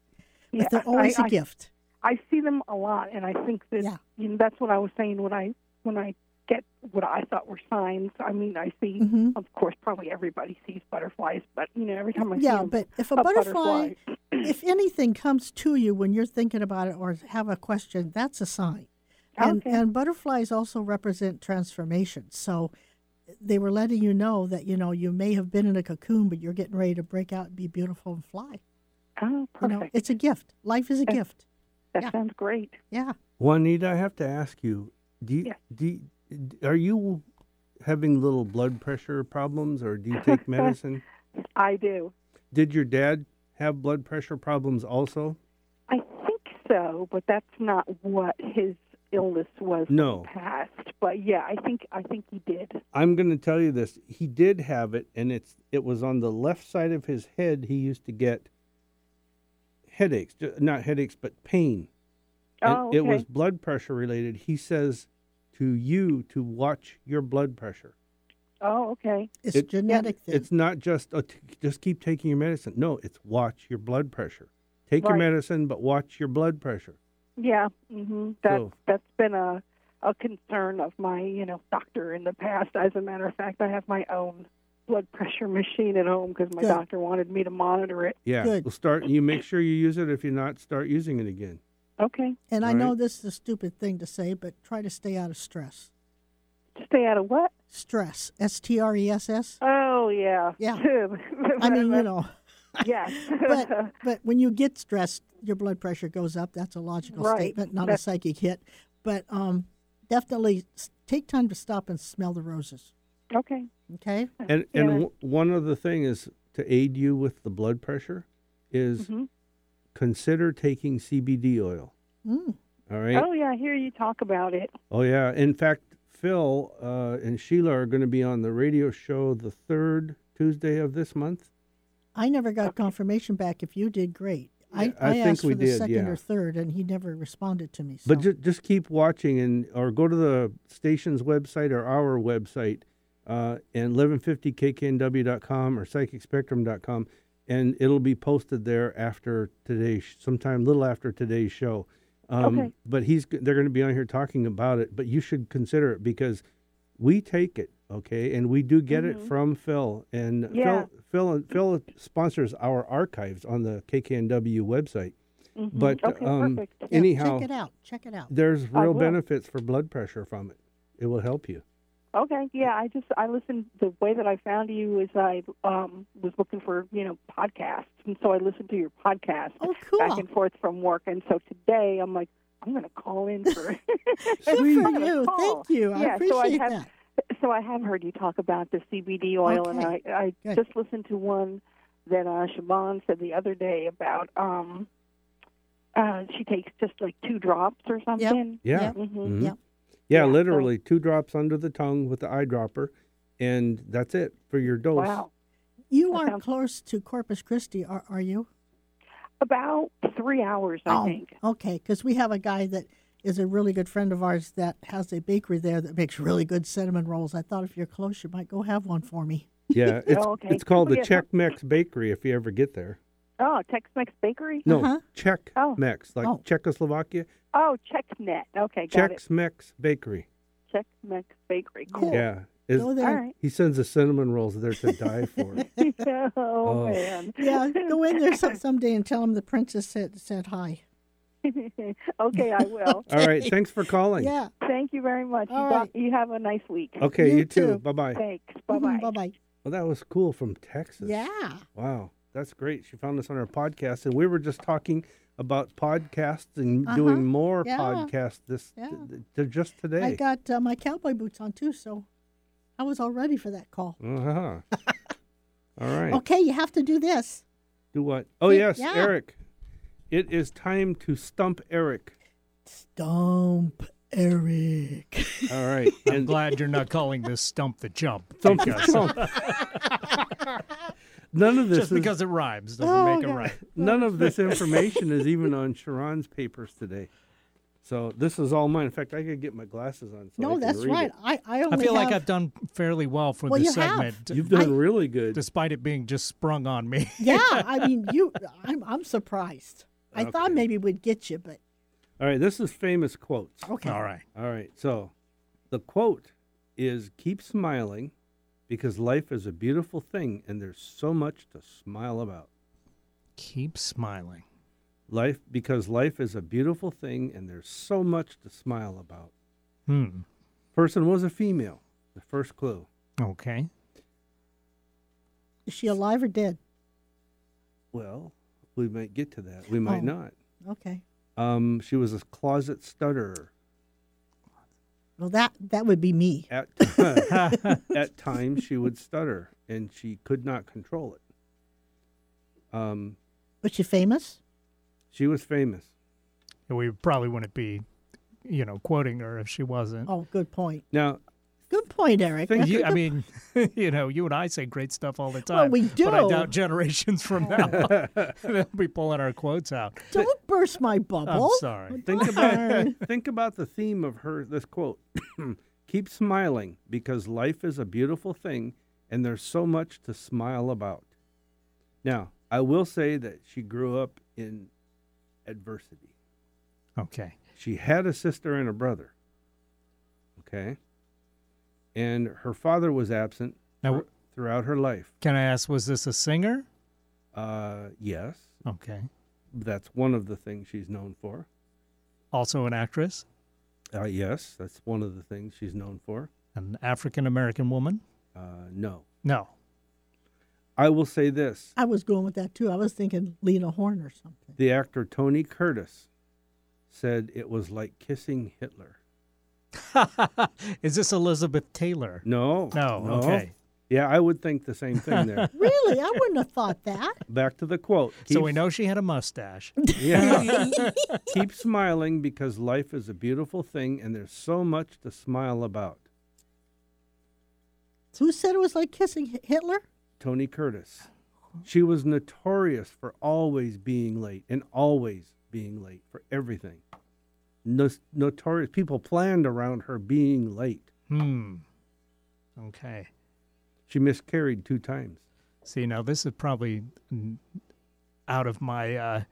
Speaker 2: but
Speaker 10: Yeah,
Speaker 2: they're
Speaker 10: I-
Speaker 2: always a
Speaker 10: I-
Speaker 2: gift.
Speaker 10: I see them a lot, and I think that
Speaker 2: Yeah.
Speaker 10: you know, that's what I was saying when I when I get what I thought were signs. I mean, I see,
Speaker 2: Mhm.
Speaker 10: of course, probably everybody sees butterflies, but you know, every time I
Speaker 2: Yeah,
Speaker 10: see 'em,
Speaker 2: but if a,
Speaker 10: a
Speaker 2: butterfly,
Speaker 10: butterfly.
Speaker 2: if anything comes to you when you're thinking about it or have a question, that's a sign. And,
Speaker 10: Okay.
Speaker 2: and butterflies also represent transformation. So they were letting you know that you know you may have been in a cocoon, but you're getting ready to break out and be beautiful and fly.
Speaker 10: oh,
Speaker 2: You
Speaker 10: perfect.
Speaker 2: know, it's a gift. Life is a
Speaker 10: Okay.
Speaker 2: gift.
Speaker 10: that
Speaker 2: yeah.
Speaker 10: sounds great.
Speaker 2: Yeah.
Speaker 1: Juanita, I have to ask you: Do you,
Speaker 10: Yeah.
Speaker 1: do you- are you having little blood pressure problems, or do you take medicine?
Speaker 10: I do.
Speaker 1: Did your dad have blood pressure problems also?
Speaker 10: I think so, but that's not what his illness was
Speaker 1: No.
Speaker 10: past. But yeah, I think I think he did.
Speaker 1: I'm going to tell you this. He did have it, and it's it was on the left side of his head. He used to get headaches, ju- not headaches, but pain. And
Speaker 10: oh, okay.
Speaker 1: It was blood pressure related. He says to you to watch your blood pressure.
Speaker 10: oh, okay.
Speaker 2: It's
Speaker 1: It-
Speaker 2: genetic thing.
Speaker 1: It's not just oh, t- just keep taking your medicine. No, it's watch your blood pressure. Take your
Speaker 10: Right.
Speaker 1: medicine, but watch your blood pressure.
Speaker 10: Yeah, hmm that
Speaker 1: So-
Speaker 10: that's been a a concern of my you know doctor in the past. As a matter of fact, I have my own blood pressure machine at home because my
Speaker 2: Good.
Speaker 10: doctor wanted me to monitor it.
Speaker 1: Yeah,
Speaker 2: Good.
Speaker 1: we'll start. You make sure you use it. If you're not, start using it again.
Speaker 10: Okay,
Speaker 2: and I
Speaker 1: Right.
Speaker 2: know this is a stupid thing to say, but try to stay out of stress.
Speaker 10: stay out of what?
Speaker 2: Stress. S T R E S S.
Speaker 10: Oh yeah,
Speaker 2: Yeah. I mean, you know.
Speaker 10: yes,
Speaker 2: but but when you get stressed, your blood pressure goes up. That's a logical
Speaker 10: Right.
Speaker 2: statement, not a
Speaker 10: That's-
Speaker 2: psychic hit. But um, definitely s- take time to stop and smell the roses.
Speaker 10: okay,
Speaker 2: Okay.
Speaker 1: And
Speaker 10: Yeah.
Speaker 1: and w- one other thing is to aid you with the blood pressure is
Speaker 10: Mhm.
Speaker 1: consider taking CBD oil.
Speaker 2: Mm.
Speaker 1: All right.
Speaker 10: Oh yeah, I hear you talk about it.
Speaker 1: Oh yeah. In fact, Phil uh, and Sheila are going to be on the radio show the third Tuesday of this month.
Speaker 2: I never got confirmation back. If you did, great. I,
Speaker 1: Yeah, I think
Speaker 2: asked
Speaker 1: we
Speaker 2: for the
Speaker 1: did,
Speaker 2: second
Speaker 1: yeah.
Speaker 2: or third, and he never responded to me. So.
Speaker 1: But just just keep watching and or go to the station's website or our website uh, and 1150kknw.com or psychicspectrum.com and it'll be posted there after today's sometime little after today's show. Um,
Speaker 10: Okay.
Speaker 1: But he's g- they're going to be on here talking about it. But you should consider it because we take it, okay, and we do get it from Phil and
Speaker 10: Mm-hmm. Yeah.
Speaker 1: Phil. Phil Phil sponsors our archives on the KKNW website.
Speaker 10: Mhm.
Speaker 1: But
Speaker 10: okay,
Speaker 1: um,
Speaker 10: perfect.
Speaker 2: Yeah,
Speaker 1: anyhow,
Speaker 2: check it out. Check it out.
Speaker 1: there's
Speaker 10: I
Speaker 1: real
Speaker 10: will.
Speaker 1: benefits for blood pressure from it. It will help you.
Speaker 10: Okay, yeah, I just I listened. The way that I found you is I um, was looking for you know podcasts, and so I listened to your podcast
Speaker 2: Oh,
Speaker 10: back
Speaker 2: cool.
Speaker 10: and forth from work. And so today I'm like, I'm going to call in for.
Speaker 2: Good for
Speaker 1: Sweet.
Speaker 10: I'm gonna
Speaker 2: you.
Speaker 10: call.
Speaker 2: Thank you. I
Speaker 10: Yeah, so
Speaker 2: appreciate
Speaker 10: have,
Speaker 2: that.
Speaker 10: So I have heard you talk about the CBD oil, and I,
Speaker 2: Okay.
Speaker 10: I
Speaker 2: Good.
Speaker 10: just listened to one that uh, Siobhan said the other day about um, uh, she takes just like two drops or something.
Speaker 1: Yeah.
Speaker 10: hmm
Speaker 1: Mhm.
Speaker 2: Yeah.
Speaker 1: Yeah,
Speaker 10: Yeah,
Speaker 1: literally two drops under the tongue with the eyedropper, and that's it for your dose.
Speaker 10: Wow.
Speaker 2: You
Speaker 10: That
Speaker 2: aren't
Speaker 10: sounds-
Speaker 2: close to Corpus Christi, are, are you?
Speaker 10: About three hours, I think.
Speaker 2: Okay, because we have a guy that is a really good friend of ours that has a bakery there that makes really good cinnamon rolls. I thought if you're close, you might go have one for me.
Speaker 1: Yeah, it's
Speaker 10: Oh, okay.
Speaker 1: it's called the
Speaker 10: Yeah.
Speaker 1: Czech Mex Bakery if you ever get there.
Speaker 10: Oh, Tex Mex Bakery?
Speaker 1: No,
Speaker 2: Uh-huh.
Speaker 1: Czech
Speaker 10: Oh.
Speaker 1: Mex, like
Speaker 2: Oh.
Speaker 1: Czechoslovakia.
Speaker 10: Oh, Checknet. Okay, got
Speaker 1: Czech Mex Bakery.
Speaker 10: it. Check Mex Bakery. Cool.
Speaker 1: Yeah. Is,
Speaker 2: Go
Speaker 10: All
Speaker 2: there.
Speaker 10: right.
Speaker 1: he sends the cinnamon rolls there to die for.
Speaker 10: oh,
Speaker 1: Oh.
Speaker 10: man.
Speaker 2: Yeah, go in there some, someday and tell him the princess said said hi.
Speaker 10: okay, I will.
Speaker 1: All right. Thanks for calling.
Speaker 2: Yeah.
Speaker 10: Thank you very much.
Speaker 2: All
Speaker 10: you, got-
Speaker 2: right.
Speaker 10: you have a nice week.
Speaker 1: Okay. You,
Speaker 2: You
Speaker 1: too.
Speaker 2: too.
Speaker 1: Bye bye.
Speaker 10: Thanks. Bye bye.
Speaker 2: Bye bye.
Speaker 1: Well, that was cool from Texas.
Speaker 2: Mm-hmm, Yeah.
Speaker 1: Wow. That's great. She found us on our podcast, and we were just talking about podcasts and doing more
Speaker 2: Uh-huh. Yeah.
Speaker 1: podcasts this
Speaker 2: Yeah.
Speaker 1: th- th- just today.
Speaker 2: I got uh, my cowboy boots on too, so I was all ready for that call.
Speaker 1: Uh-huh. All right.
Speaker 2: Okay, you have to do this.
Speaker 1: Do what? Oh,
Speaker 2: Oh. Yeah,
Speaker 1: yes,
Speaker 2: yeah.
Speaker 1: Eric. It is time to stump Eric.
Speaker 2: Stomp Eric.
Speaker 1: All right.
Speaker 3: I'm
Speaker 1: And
Speaker 3: glad you're not calling this stump the jump.
Speaker 1: Stump the
Speaker 3: because-
Speaker 1: Chump. None of this
Speaker 3: Just
Speaker 1: is,
Speaker 3: because it rhymes doesn't
Speaker 2: Oh,
Speaker 3: make it
Speaker 2: God.
Speaker 3: right.
Speaker 1: none of this information is even on Sharon's papers today. So this is all mine. In fact, I could get my glasses on. So I
Speaker 2: no,
Speaker 1: can
Speaker 2: that's
Speaker 1: read
Speaker 2: right.
Speaker 1: it.
Speaker 2: I, I only
Speaker 3: I feel like
Speaker 2: have-
Speaker 3: I've done fairly well for
Speaker 2: Well,
Speaker 3: this
Speaker 2: you have.
Speaker 3: segment,
Speaker 1: You've done
Speaker 2: I-
Speaker 1: really good.
Speaker 3: despite it being just sprung on me.
Speaker 2: yeah, I mean, you. I'm I'm surprised. I thought
Speaker 1: Okay.
Speaker 2: maybe we'd get you, but
Speaker 1: All right, this is famous quotes.
Speaker 2: okay.
Speaker 3: All right.
Speaker 1: All right. So the quote is keep smiling because life is a beautiful thing and there's so much to smile about.
Speaker 3: Keep smiling.
Speaker 1: Life because life is a beautiful thing and there's so much to smile about.
Speaker 3: Hmm.
Speaker 1: Person was a female. The first clue.
Speaker 3: Okay.
Speaker 2: Is she alive or dead?
Speaker 1: Well, we might get to that. We might
Speaker 2: Oh.
Speaker 1: not.
Speaker 2: Okay.
Speaker 1: Um, she was a closet stutterer
Speaker 2: Well, that that would be me.
Speaker 1: at at times she would stutter and she could not control it. Um,
Speaker 2: But you famous?
Speaker 1: she was famous.
Speaker 3: We probably wouldn't be, you know, quoting her if she wasn't.
Speaker 2: Oh, good point.
Speaker 1: Now
Speaker 2: Good point, Eric.
Speaker 1: Thank
Speaker 2: That's
Speaker 3: You-
Speaker 2: a
Speaker 3: I
Speaker 2: good-
Speaker 3: mean, you know, you and I say great stuff all the time.
Speaker 2: Well, we
Speaker 3: But I
Speaker 2: do.
Speaker 3: doubt generations from now they'll be pulling our quotes out.
Speaker 2: don't burst my bubble.
Speaker 3: sorry.
Speaker 1: Think about think about the theme of her this quote. Keep smiling because life is a beautiful thing and there's so much to smile about. Now, I will say that she grew up in adversity.
Speaker 3: Okay.
Speaker 1: She had a sister and a brother. Okay? And her father was absent
Speaker 3: Now,
Speaker 1: thr- throughout her life.
Speaker 3: Can I ask, was this a singer?
Speaker 1: Uh, yes,
Speaker 3: Okay.
Speaker 1: that's one of the things she's known for.
Speaker 3: Also an actress,
Speaker 1: Uh, yes, that's one of the things she's known for.
Speaker 3: an African American woman?
Speaker 1: Uh, no.
Speaker 3: No.
Speaker 1: I will say this
Speaker 2: I was going with that too. I was thinking Lena Horne or something.
Speaker 1: the actor Tony Curtis said it was like kissing Hitler.
Speaker 3: Is this Elizabeth Taylor?
Speaker 1: No.
Speaker 3: No, okay.
Speaker 1: Yeah, I would think the same thing there.
Speaker 2: Really, I wouldn't have thought that.
Speaker 1: Back to the quote.
Speaker 3: So we
Speaker 1: Keep-
Speaker 3: know she had a mustache.
Speaker 1: Yeah. Keep smiling because life is a beautiful thing and there's so much to smile about.
Speaker 2: Who said it was like kissing Hi- Hitler?
Speaker 1: Tony Curtis. She was notorious for always being late and always being late for everything. No- notorious people planned around her being late.
Speaker 3: Hmm. Okay.
Speaker 1: She miscarried two times.
Speaker 3: See, now this is probably mm, out of my uh,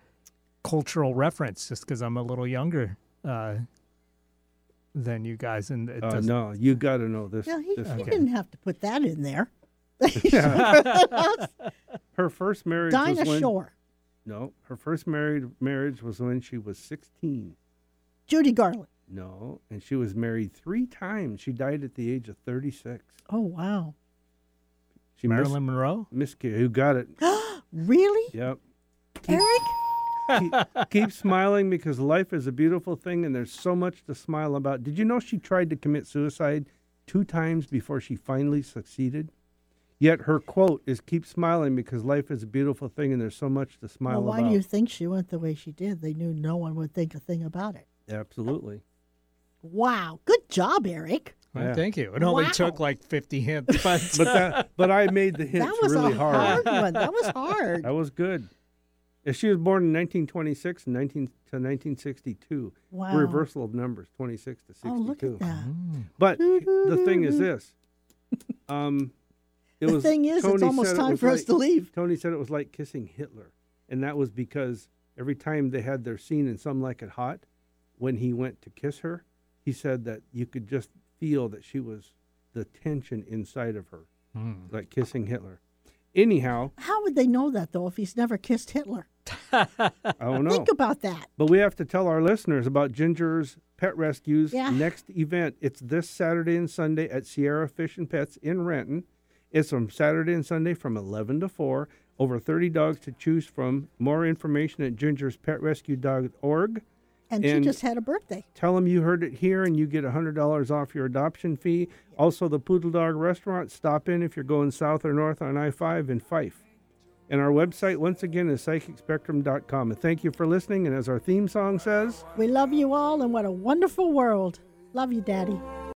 Speaker 3: cultural reference just because I'm a little younger uh, than you guys. And it
Speaker 1: Uh,
Speaker 3: doesn't-
Speaker 1: no, you got to know this.
Speaker 2: No, he,
Speaker 1: this
Speaker 2: he
Speaker 1: one.
Speaker 2: didn't have to put that in there.
Speaker 1: Her first marriage
Speaker 2: Dinah
Speaker 1: was when,
Speaker 2: Shore,
Speaker 1: No, her first married marriage was when she was 16.
Speaker 2: Judy Garland.
Speaker 1: No, and she was married three times. She died at the age of 36.
Speaker 2: Oh wow,
Speaker 1: She mis-
Speaker 3: Marilyn Monroe?
Speaker 1: miscarried. Who got it?
Speaker 2: really,
Speaker 1: Yep.
Speaker 2: Eric?
Speaker 1: keep, keep smiling because life is a beautiful thing and there's so much to smile about. Did you know she tried to commit suicide two times before she finally succeeded? Yet her quote is keep smiling because life is a beautiful thing and there's so much to smile
Speaker 2: Well, why
Speaker 1: about.
Speaker 2: do you think she went the way she did? They knew no one would think a thing about it.
Speaker 1: Absolutely.
Speaker 2: Wow, good job, Eric.
Speaker 3: Well,
Speaker 1: Yeah.
Speaker 3: Thank you. It only
Speaker 2: Wow.
Speaker 3: took like 50 hints. But,
Speaker 1: But that but I made the hints
Speaker 2: that was
Speaker 1: really
Speaker 2: a
Speaker 1: hard.
Speaker 2: one. That was hard.
Speaker 1: That was good. If she was born in 1926 and 19 to 1962,
Speaker 2: Wow.
Speaker 1: reversal of numbers 26 to 62.
Speaker 2: oh, look at that.
Speaker 1: Mm-hmm.
Speaker 3: Hmm.
Speaker 1: But the thing is this. Um, it
Speaker 2: The
Speaker 1: was,
Speaker 2: thing is, it's
Speaker 1: Tony
Speaker 2: almost
Speaker 1: said it
Speaker 2: time
Speaker 1: was
Speaker 2: for us
Speaker 1: like-
Speaker 2: to leave.
Speaker 1: Tony said it was like kissing Hitler, and that was because every time they had their scene in Some Like It Hot, when he went to kiss her, he said that you could just feel that she was the tension inside of her, like kissing Hitler. Anyhow,
Speaker 2: How would they know that though if he's never kissed Hitler?
Speaker 1: I don't know.
Speaker 2: Think about that.
Speaker 1: But we have to tell our listeners about Ginger's Pet Rescue's
Speaker 2: Yeah.
Speaker 1: next event. It's this Saturday and Sunday at Sierra Fish and Pets in Renton. It's from Saturday and Sunday from 11 to 4. Over 30 dogs to choose from. More information at gingerspetrescue.org.
Speaker 2: And,
Speaker 1: And-
Speaker 2: she just had a birthday.
Speaker 1: Tell them you heard it here and you get $100 off your adoption fee. Also, the Poodle Dog Restaurant. Stop in if you're going south or north on I 5 in Fife. And our website, once again, is psychicspectrum.com. And thank you for listening. And as our theme song says,
Speaker 2: We love you all, and what a wonderful world. Love you, Daddy.